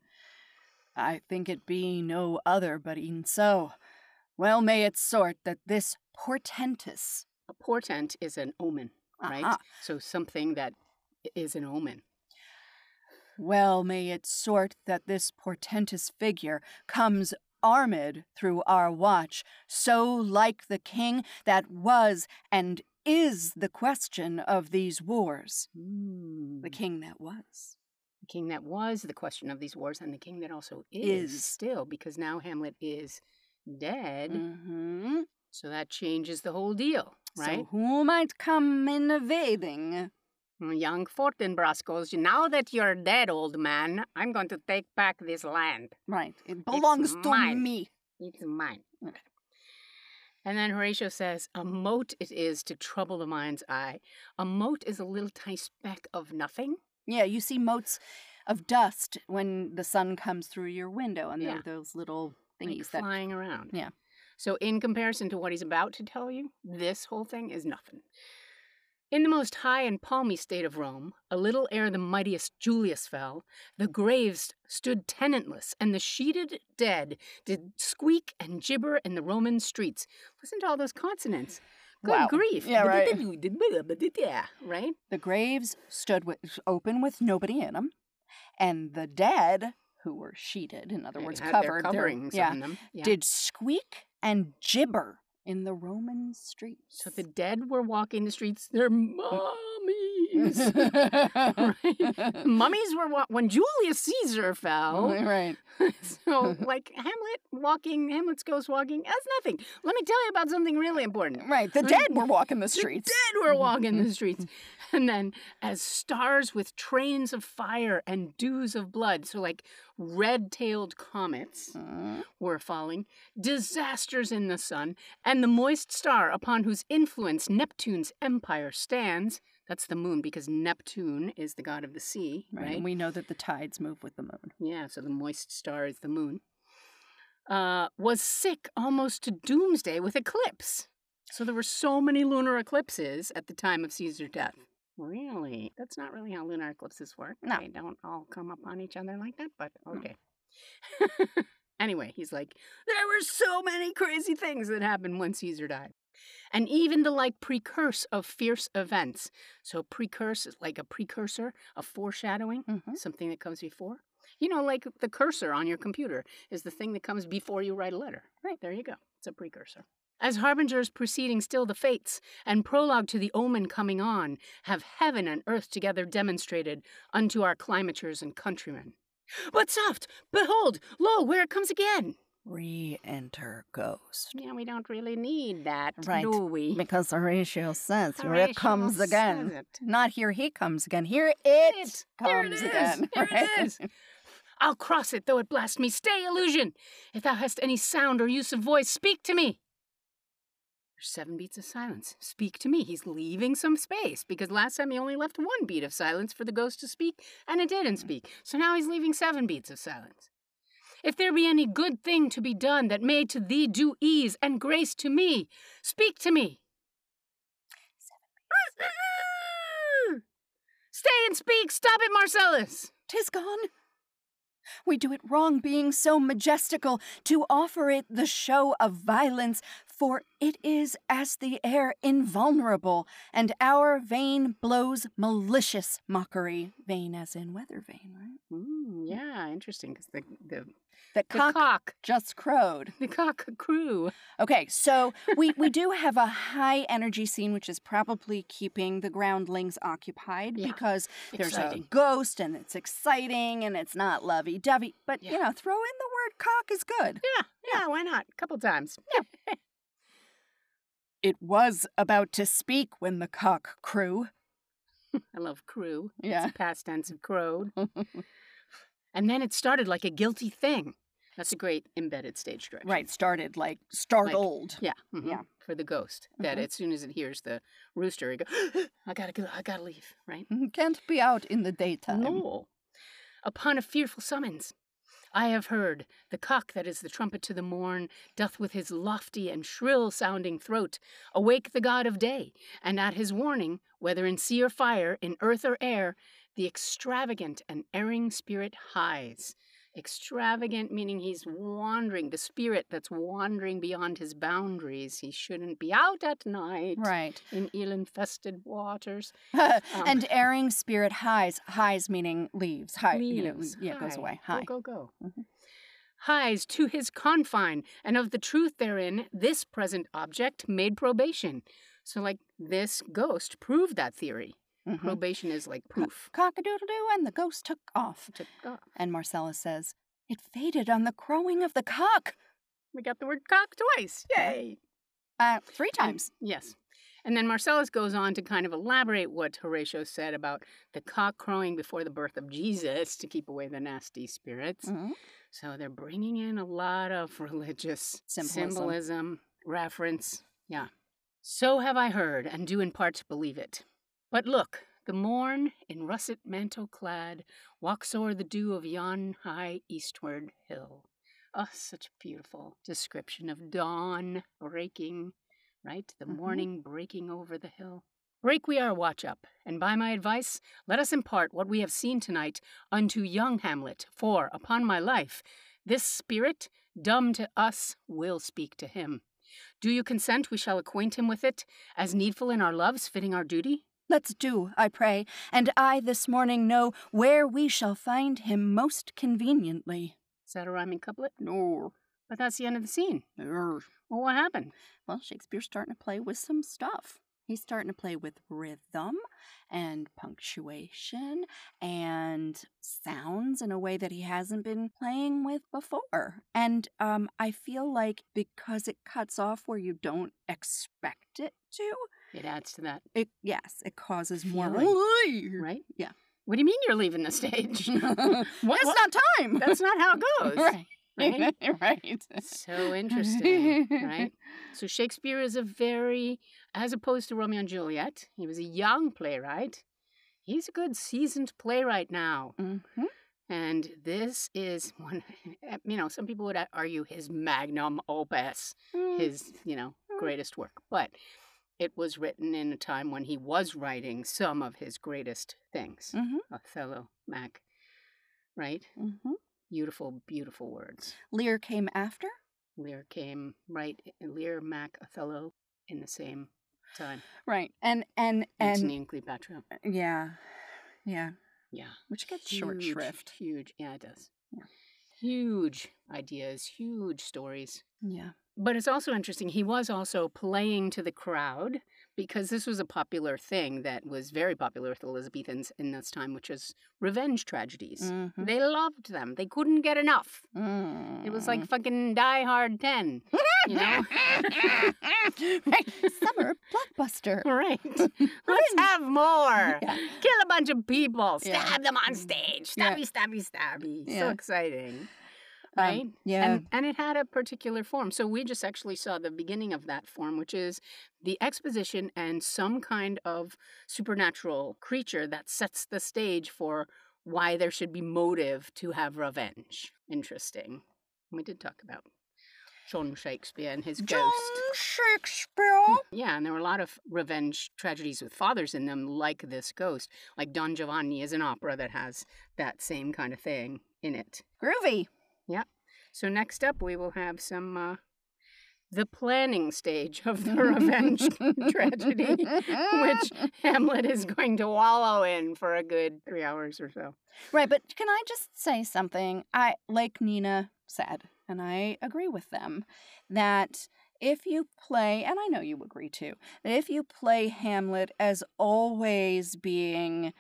[SPEAKER 3] I think it be no other but e'en so. Well may it sort that this portentous
[SPEAKER 2] A portent is an omen, right?
[SPEAKER 3] Uh-huh.
[SPEAKER 2] So something that i- is an omen.
[SPEAKER 3] Well may it sort that this portentous figure comes armed through our watch, so like the king that was and is the question of these wars. The
[SPEAKER 2] Mm.
[SPEAKER 3] king that was.
[SPEAKER 2] the king that was the question of these wars and the king that also is,
[SPEAKER 3] Is.
[SPEAKER 2] still because now hamlet is dead
[SPEAKER 3] Mm-hmm.
[SPEAKER 2] so that changes the whole deal right
[SPEAKER 3] So who might come invading?
[SPEAKER 2] And young fortinbras goes now that you're dead old man i'm going to take back this land
[SPEAKER 3] Right. It belongs to
[SPEAKER 2] mine.
[SPEAKER 3] me.
[SPEAKER 2] it's mine
[SPEAKER 3] Okay.
[SPEAKER 2] and then horatio says a mote it is to trouble the mind's eye a mote is a little tiny speck of nothing
[SPEAKER 3] Yeah, you see motes of dust when the sun comes through your window, and
[SPEAKER 2] Yeah.
[SPEAKER 3] they're those
[SPEAKER 2] like
[SPEAKER 3] little thingies that.
[SPEAKER 2] flying around.
[SPEAKER 3] Yeah.
[SPEAKER 2] So in comparison to what he's about to tell you, this whole thing is nothing. In the most high and palmy state of Rome, a little ere the mightiest Julius fell, the graves stood tenantless, and the sheeted dead did squeak and gibber in the Roman streets. Listen to all those consonants. Good
[SPEAKER 3] Wow.
[SPEAKER 2] grief.
[SPEAKER 3] Yeah, right.
[SPEAKER 2] *laughs* Right?
[SPEAKER 3] The graves stood with, open with nobody in them, and the dead, who were sheeted, in other
[SPEAKER 2] They
[SPEAKER 3] words,
[SPEAKER 2] had their
[SPEAKER 3] covered, their-
[SPEAKER 2] coverings
[SPEAKER 3] yeah,
[SPEAKER 2] on them. Yeah.
[SPEAKER 3] did squeak and gibber in the Roman streets.
[SPEAKER 2] so
[SPEAKER 3] *laughs*
[SPEAKER 2] the dead were walking the streets. Their
[SPEAKER 3] Mm.
[SPEAKER 2] mommies. *laughs* right? Mummies were wa- when Julius Caesar fell.
[SPEAKER 3] right. Mm-hmm.
[SPEAKER 2] so,
[SPEAKER 3] *laughs*
[SPEAKER 2] like Hamlet walking, Hamlet's ghost walking, that's nothing. Let me tell you about something really important.
[SPEAKER 3] Right. The dead were walking the streets.
[SPEAKER 2] The
[SPEAKER 3] Mm-hmm.
[SPEAKER 2] dead were walking the streets. And then, as stars with trains of fire and dews of blood, so like red tailed comets
[SPEAKER 3] Mm.
[SPEAKER 2] were falling, disasters in the sun, and the moist star upon whose influence Neptune's empire stands. That's the moon because Neptune is the god of the sea,
[SPEAKER 3] Right.
[SPEAKER 2] right?
[SPEAKER 3] And we know that the tides move with the moon.
[SPEAKER 2] Yeah, so the moist star is the moon. Uh, was sick almost to doomsday with eclipse. So there were so many lunar eclipses at the time of Caesar's death. Really? That's not really how lunar eclipses work.
[SPEAKER 3] No.
[SPEAKER 2] They don't all come up on each other like that, but okay. anyway, he's like, there were so many crazy things that happened when Caesar died. And even the like precurse of fierce events. So precurse is like a precursor, a foreshadowing
[SPEAKER 3] Mm-hmm.
[SPEAKER 2] something that comes before. You know, like the cursor on your computer is the thing that comes before you write a letter.
[SPEAKER 3] Right.
[SPEAKER 2] There you go. It's a precursor. As harbingers preceding still the fates and prologue to the omen coming on, have heaven and earth together demonstrated unto our climatures and countrymen. But soft, behold, lo, where it comes again.
[SPEAKER 3] Re-enter ghost.
[SPEAKER 2] Yeah, we don't really need that,
[SPEAKER 3] Right.
[SPEAKER 2] do we?
[SPEAKER 3] Because Horatio says, here
[SPEAKER 2] Horatio
[SPEAKER 3] it comes
[SPEAKER 2] says
[SPEAKER 3] again.
[SPEAKER 2] it.
[SPEAKER 3] Not here he comes again. Here it,
[SPEAKER 2] It.
[SPEAKER 3] comes
[SPEAKER 2] there it is.
[SPEAKER 3] again. *laughs*
[SPEAKER 2] There
[SPEAKER 3] right?
[SPEAKER 2] it is. I'll cross it, though it blast me. Stay, illusion! If thou hast any sound or use of voice, speak to me! There's seven beats of silence. Speak to me. He's leaving some space because last time he only left one beat of silence for the ghost to speak, and it
[SPEAKER 3] Mm.
[SPEAKER 2] didn't speak. So now he's leaving seven beats of silence. If there be any good thing to be done that may to thee do ease and grace to me, speak to me. *laughs* Stay and speak. Stop it, Marcellus.
[SPEAKER 3] Tis gone. We do it wrong being so majestical to offer it the show of violence, for it is as the air invulnerable, and our vein blows malicious mockery. Vein as in weather vane, right?
[SPEAKER 2] Mm, yeah, interesting because the, the,
[SPEAKER 3] The
[SPEAKER 2] the
[SPEAKER 3] cock
[SPEAKER 2] cock,
[SPEAKER 3] just crowed.
[SPEAKER 2] the cock crew.
[SPEAKER 3] Okay, so we,
[SPEAKER 2] *laughs*
[SPEAKER 3] we do have a high energy scene, which is probably keeping the groundlings occupied
[SPEAKER 2] Yeah.
[SPEAKER 3] because there's
[SPEAKER 2] Exciting.
[SPEAKER 3] a ghost and it's exciting and it's not lovey dovey. But, you
[SPEAKER 2] Yeah.
[SPEAKER 3] know, throw in the word cock is good.
[SPEAKER 2] Yeah, yeah, why not? A couple times.
[SPEAKER 3] It was about to speak when the cock crew.
[SPEAKER 2] I love crew.
[SPEAKER 3] Yeah.
[SPEAKER 2] It's past tense of *laughs* crowed. and then it started like a guilty thing. That's a great embedded stage direction.
[SPEAKER 3] Right, started like startled.
[SPEAKER 2] Yeah. Mm-hmm. mhm,
[SPEAKER 3] Yeah.
[SPEAKER 2] For the ghost, that
[SPEAKER 3] Mhm.
[SPEAKER 2] as soon as it hears the rooster, it goes, I gotta go, *gasps* I gotta leave, right?
[SPEAKER 3] Mm-hmm, Can't be out in the daytime.
[SPEAKER 2] No. Upon a fearful summons, I have heard the cock that is the trumpet to the morn doth with his lofty and shrill sounding throat awake the god of day, and at his warning, whether in sea or fire, in earth or air, the extravagant and erring spirit hies. Extravagant meaning he's wandering, the spirit that's wandering beyond his boundaries. He shouldn't be out at night
[SPEAKER 3] Right. *laughs*
[SPEAKER 2] in ill infested waters. Um
[SPEAKER 3] and erring spirit highs, highs meaning leaves, high, you know,
[SPEAKER 2] Leaves.
[SPEAKER 3] yeah, goes
[SPEAKER 2] Hi.
[SPEAKER 3] away, high.
[SPEAKER 2] Go, go, go.
[SPEAKER 3] Mhm.
[SPEAKER 2] Hies to his confine, and of the truth therein, this present object made probation. So, like, this ghost proved that theory.
[SPEAKER 3] Mhm.
[SPEAKER 2] Probation is like proof. "Oh,
[SPEAKER 3] Cock-a-doodle-doo, and the ghost took off.
[SPEAKER 2] Took off.
[SPEAKER 3] And Marcella says, It faded on the crowing of the cock.
[SPEAKER 2] We got the word cock twice.
[SPEAKER 3] Yeah.
[SPEAKER 2] Yay.
[SPEAKER 3] Uh, three
[SPEAKER 2] And-
[SPEAKER 3] times.
[SPEAKER 2] yes. And then Marcellus goes on to kind of elaborate what Horatio said about the cock crowing before the birth of Jesus to keep away the nasty spirits.
[SPEAKER 3] Mhm.
[SPEAKER 2] So they're bringing in a lot of *laughs* religious
[SPEAKER 3] Symbolism.
[SPEAKER 2] symbolism, reference. Yeah. So have I heard, and do in part believe it. But look, the morn, in russet mantle clad, walks o'er the dew of yon high eastward hill. Ah, such a beautiful description of dawn breaking, right? The
[SPEAKER 3] Mhm.
[SPEAKER 2] morning breaking over the hill. Break we our watch up, and by my advice, let us impart what we have seen tonight unto young Hamlet, for, upon my life, this spirit, dumb to us, will speak to him. Do you consent we shall acquaint him with it, as needful in our loves, fitting our duty?
[SPEAKER 3] Let's do, I pray, and I this morning know where we shall find him most conveniently.
[SPEAKER 2] Is that a rhyming couplet?
[SPEAKER 3] No.
[SPEAKER 2] But that's the end of the scene. Well, what happened?
[SPEAKER 3] Well, Shakespeare's starting to play with some stuff. He's starting to play with rhythm and punctuation and sounds in a way that he hasn't been playing with before. And um, I feel like because it cuts off where you don't expect it to,
[SPEAKER 2] It adds to that,
[SPEAKER 3] it yes, it causes more.
[SPEAKER 2] right?
[SPEAKER 3] Yeah.
[SPEAKER 2] What do you mean you're leaving the
[SPEAKER 3] *laughs*
[SPEAKER 2] stage? *laughs*
[SPEAKER 3] That's
[SPEAKER 2] What- what-
[SPEAKER 3] not time. *laughs*
[SPEAKER 2] That's not how it goes.
[SPEAKER 3] right.
[SPEAKER 2] right?
[SPEAKER 3] *laughs* right.
[SPEAKER 2] So interesting,
[SPEAKER 3] *laughs*
[SPEAKER 2] right? So Shakespeare is a very, as opposed to Romeo and Juliet, he was a young playwright. He's a good seasoned playwright now.
[SPEAKER 3] Mhm.
[SPEAKER 2] And this is one, *laughs* you know, some people would argue his magnum opus, his, you know,
[SPEAKER 3] Mm.
[SPEAKER 2] greatest work. But it was written in a time when he was writing some of his greatest things
[SPEAKER 3] Mhm.
[SPEAKER 2] Othello, Mac, right?
[SPEAKER 3] Mhm.
[SPEAKER 2] Beautiful, beautiful words.
[SPEAKER 3] Lear came after.
[SPEAKER 2] Lear came right eh, Lear, Mac, Othello in the same time.
[SPEAKER 3] Right. And and and
[SPEAKER 2] Antony and Cleopatra.
[SPEAKER 3] yeah. Yeah.
[SPEAKER 2] Yeah.
[SPEAKER 3] Which gets short
[SPEAKER 2] Huge,
[SPEAKER 3] shrift.
[SPEAKER 2] Huge. Yeah, it does.
[SPEAKER 3] Yeah.
[SPEAKER 2] Huge ideas, huge stories.
[SPEAKER 3] Yeah.
[SPEAKER 2] But it's also interesting, he was also playing to the crowd because this was a popular thing that was very popular with Elizabethans in this time, which is revenge tragedies.
[SPEAKER 3] Mhm. Mm-hmm.
[SPEAKER 2] They loved them. They couldn't get enough. It was like fucking Die Hard 10. you know? *laughs*
[SPEAKER 3] right. Mm. *laughs* Summer
[SPEAKER 2] *laughs*
[SPEAKER 3] blockbuster. *laughs*
[SPEAKER 2] Right. Let's have more.
[SPEAKER 3] Yeah.
[SPEAKER 2] Kill a bunch of people.
[SPEAKER 3] Yeah.
[SPEAKER 2] Stab them on
[SPEAKER 3] Mm.
[SPEAKER 2] stage.
[SPEAKER 3] Yeah.
[SPEAKER 2] Stabby, stabby, stabby. So
[SPEAKER 3] Yeah.
[SPEAKER 2] exciting.
[SPEAKER 3] Um,
[SPEAKER 2] Right?
[SPEAKER 3] yeah.
[SPEAKER 2] And, and it had a particular form. So we just actually saw the beginning of that form, which is the exposition and some kind of supernatural creature that sets the stage for why there should be motive to have revenge. Interesting. We did talk about John Shakespeare and his ghost.
[SPEAKER 3] Shakespeare.
[SPEAKER 2] Yeah, and there were a lot of revenge tragedies with fathers in them, like this ghost. Like Don Giovanni is an opera that has that same kind of thing in it.
[SPEAKER 3] Groovy.
[SPEAKER 2] So next up, we will have some uh, the planning stage of the *laughs* revenge tragedy, which
[SPEAKER 3] *laughs*
[SPEAKER 2] Hamlet is going to wallow in for a good three hours or so.
[SPEAKER 3] Right, but can I just say something? I like Nina said, and I agree with them that if you play, and I know you agree too, that if you play Hamlet as always being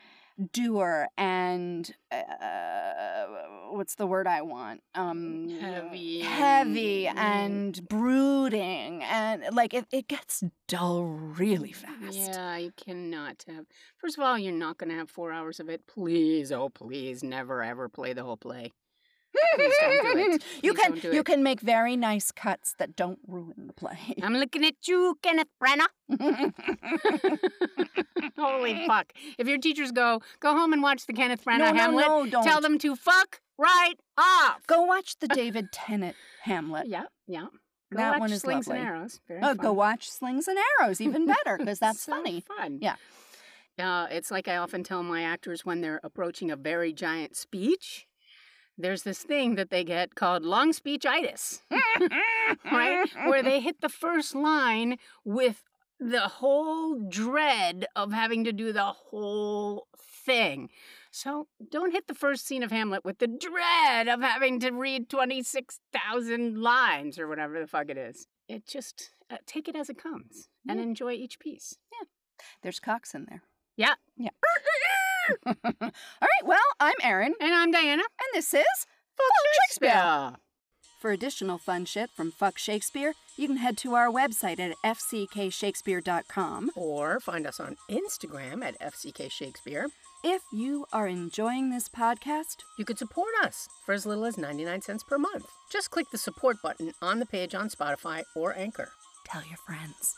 [SPEAKER 3] doer and uh, what's the word I want? Um,
[SPEAKER 2] Heavy.
[SPEAKER 3] heavy
[SPEAKER 2] Mm.
[SPEAKER 3] and brooding, and like it, it gets dull really fast.
[SPEAKER 2] Yeah, you cannot have. First of all, you're not going to have four hours of it. Please, oh please, never ever play the whole
[SPEAKER 3] *laughs*
[SPEAKER 2] play. Please don't do it.
[SPEAKER 3] You
[SPEAKER 2] Please
[SPEAKER 3] can
[SPEAKER 2] don't do
[SPEAKER 3] you
[SPEAKER 2] it.
[SPEAKER 3] can make very nice cuts that don't ruin
[SPEAKER 2] *laughs*
[SPEAKER 3] the play. *laughs*
[SPEAKER 2] I'm looking at you, Kenneth Branagh. *laughs* Holy fuck. If your teachers go, go home and watch the Kenneth Branagh
[SPEAKER 3] no,
[SPEAKER 2] Hamlet,
[SPEAKER 3] no, no, don't.
[SPEAKER 2] tell them to fuck right off.
[SPEAKER 3] Go watch the David Tennant Hamlet.
[SPEAKER 2] Uh, *laughs* Yeah, yeah. Go
[SPEAKER 3] that
[SPEAKER 2] watch
[SPEAKER 3] one is
[SPEAKER 2] Slings
[SPEAKER 3] lovely.
[SPEAKER 2] and Arrows. Very
[SPEAKER 3] Oh,
[SPEAKER 2] fun.
[SPEAKER 3] go watch Slings and
[SPEAKER 2] *laughs*
[SPEAKER 3] Arrows, even better, because that's
[SPEAKER 2] So
[SPEAKER 3] funny.
[SPEAKER 2] Fun.
[SPEAKER 3] Yeah.
[SPEAKER 2] Uh, it's like I often tell my actors when they're approaching a very giant speech. There's this thing that they get called long speechitis, *laughs* right? *laughs* Where they hit the first line with the whole dread of having to do the whole thing. So don't hit the first scene of Hamlet with the dread of having to read 26,000 lines or whatever the fuck it is. It just uh, take it as it comes and
[SPEAKER 3] Yeah.
[SPEAKER 2] enjoy each piece.
[SPEAKER 3] *laughs* There's cocks in there.
[SPEAKER 2] Yeah.
[SPEAKER 3] Yeah. *laughs* All right. Well, I'm Erin,
[SPEAKER 2] And I'm Diana.
[SPEAKER 3] and this is Fuck Shakespeare. For additional fun shit from Fuck Shakespeare, you can head to our website at fckshakespeare.com.
[SPEAKER 2] Or find us on Instagram at FCK Shakespeare.
[SPEAKER 3] If you are enjoying this podcast,
[SPEAKER 2] You could support us for as little as 99 cents per month. Just click the support button on the page on Spotify or Anchor.
[SPEAKER 3] tell your friends.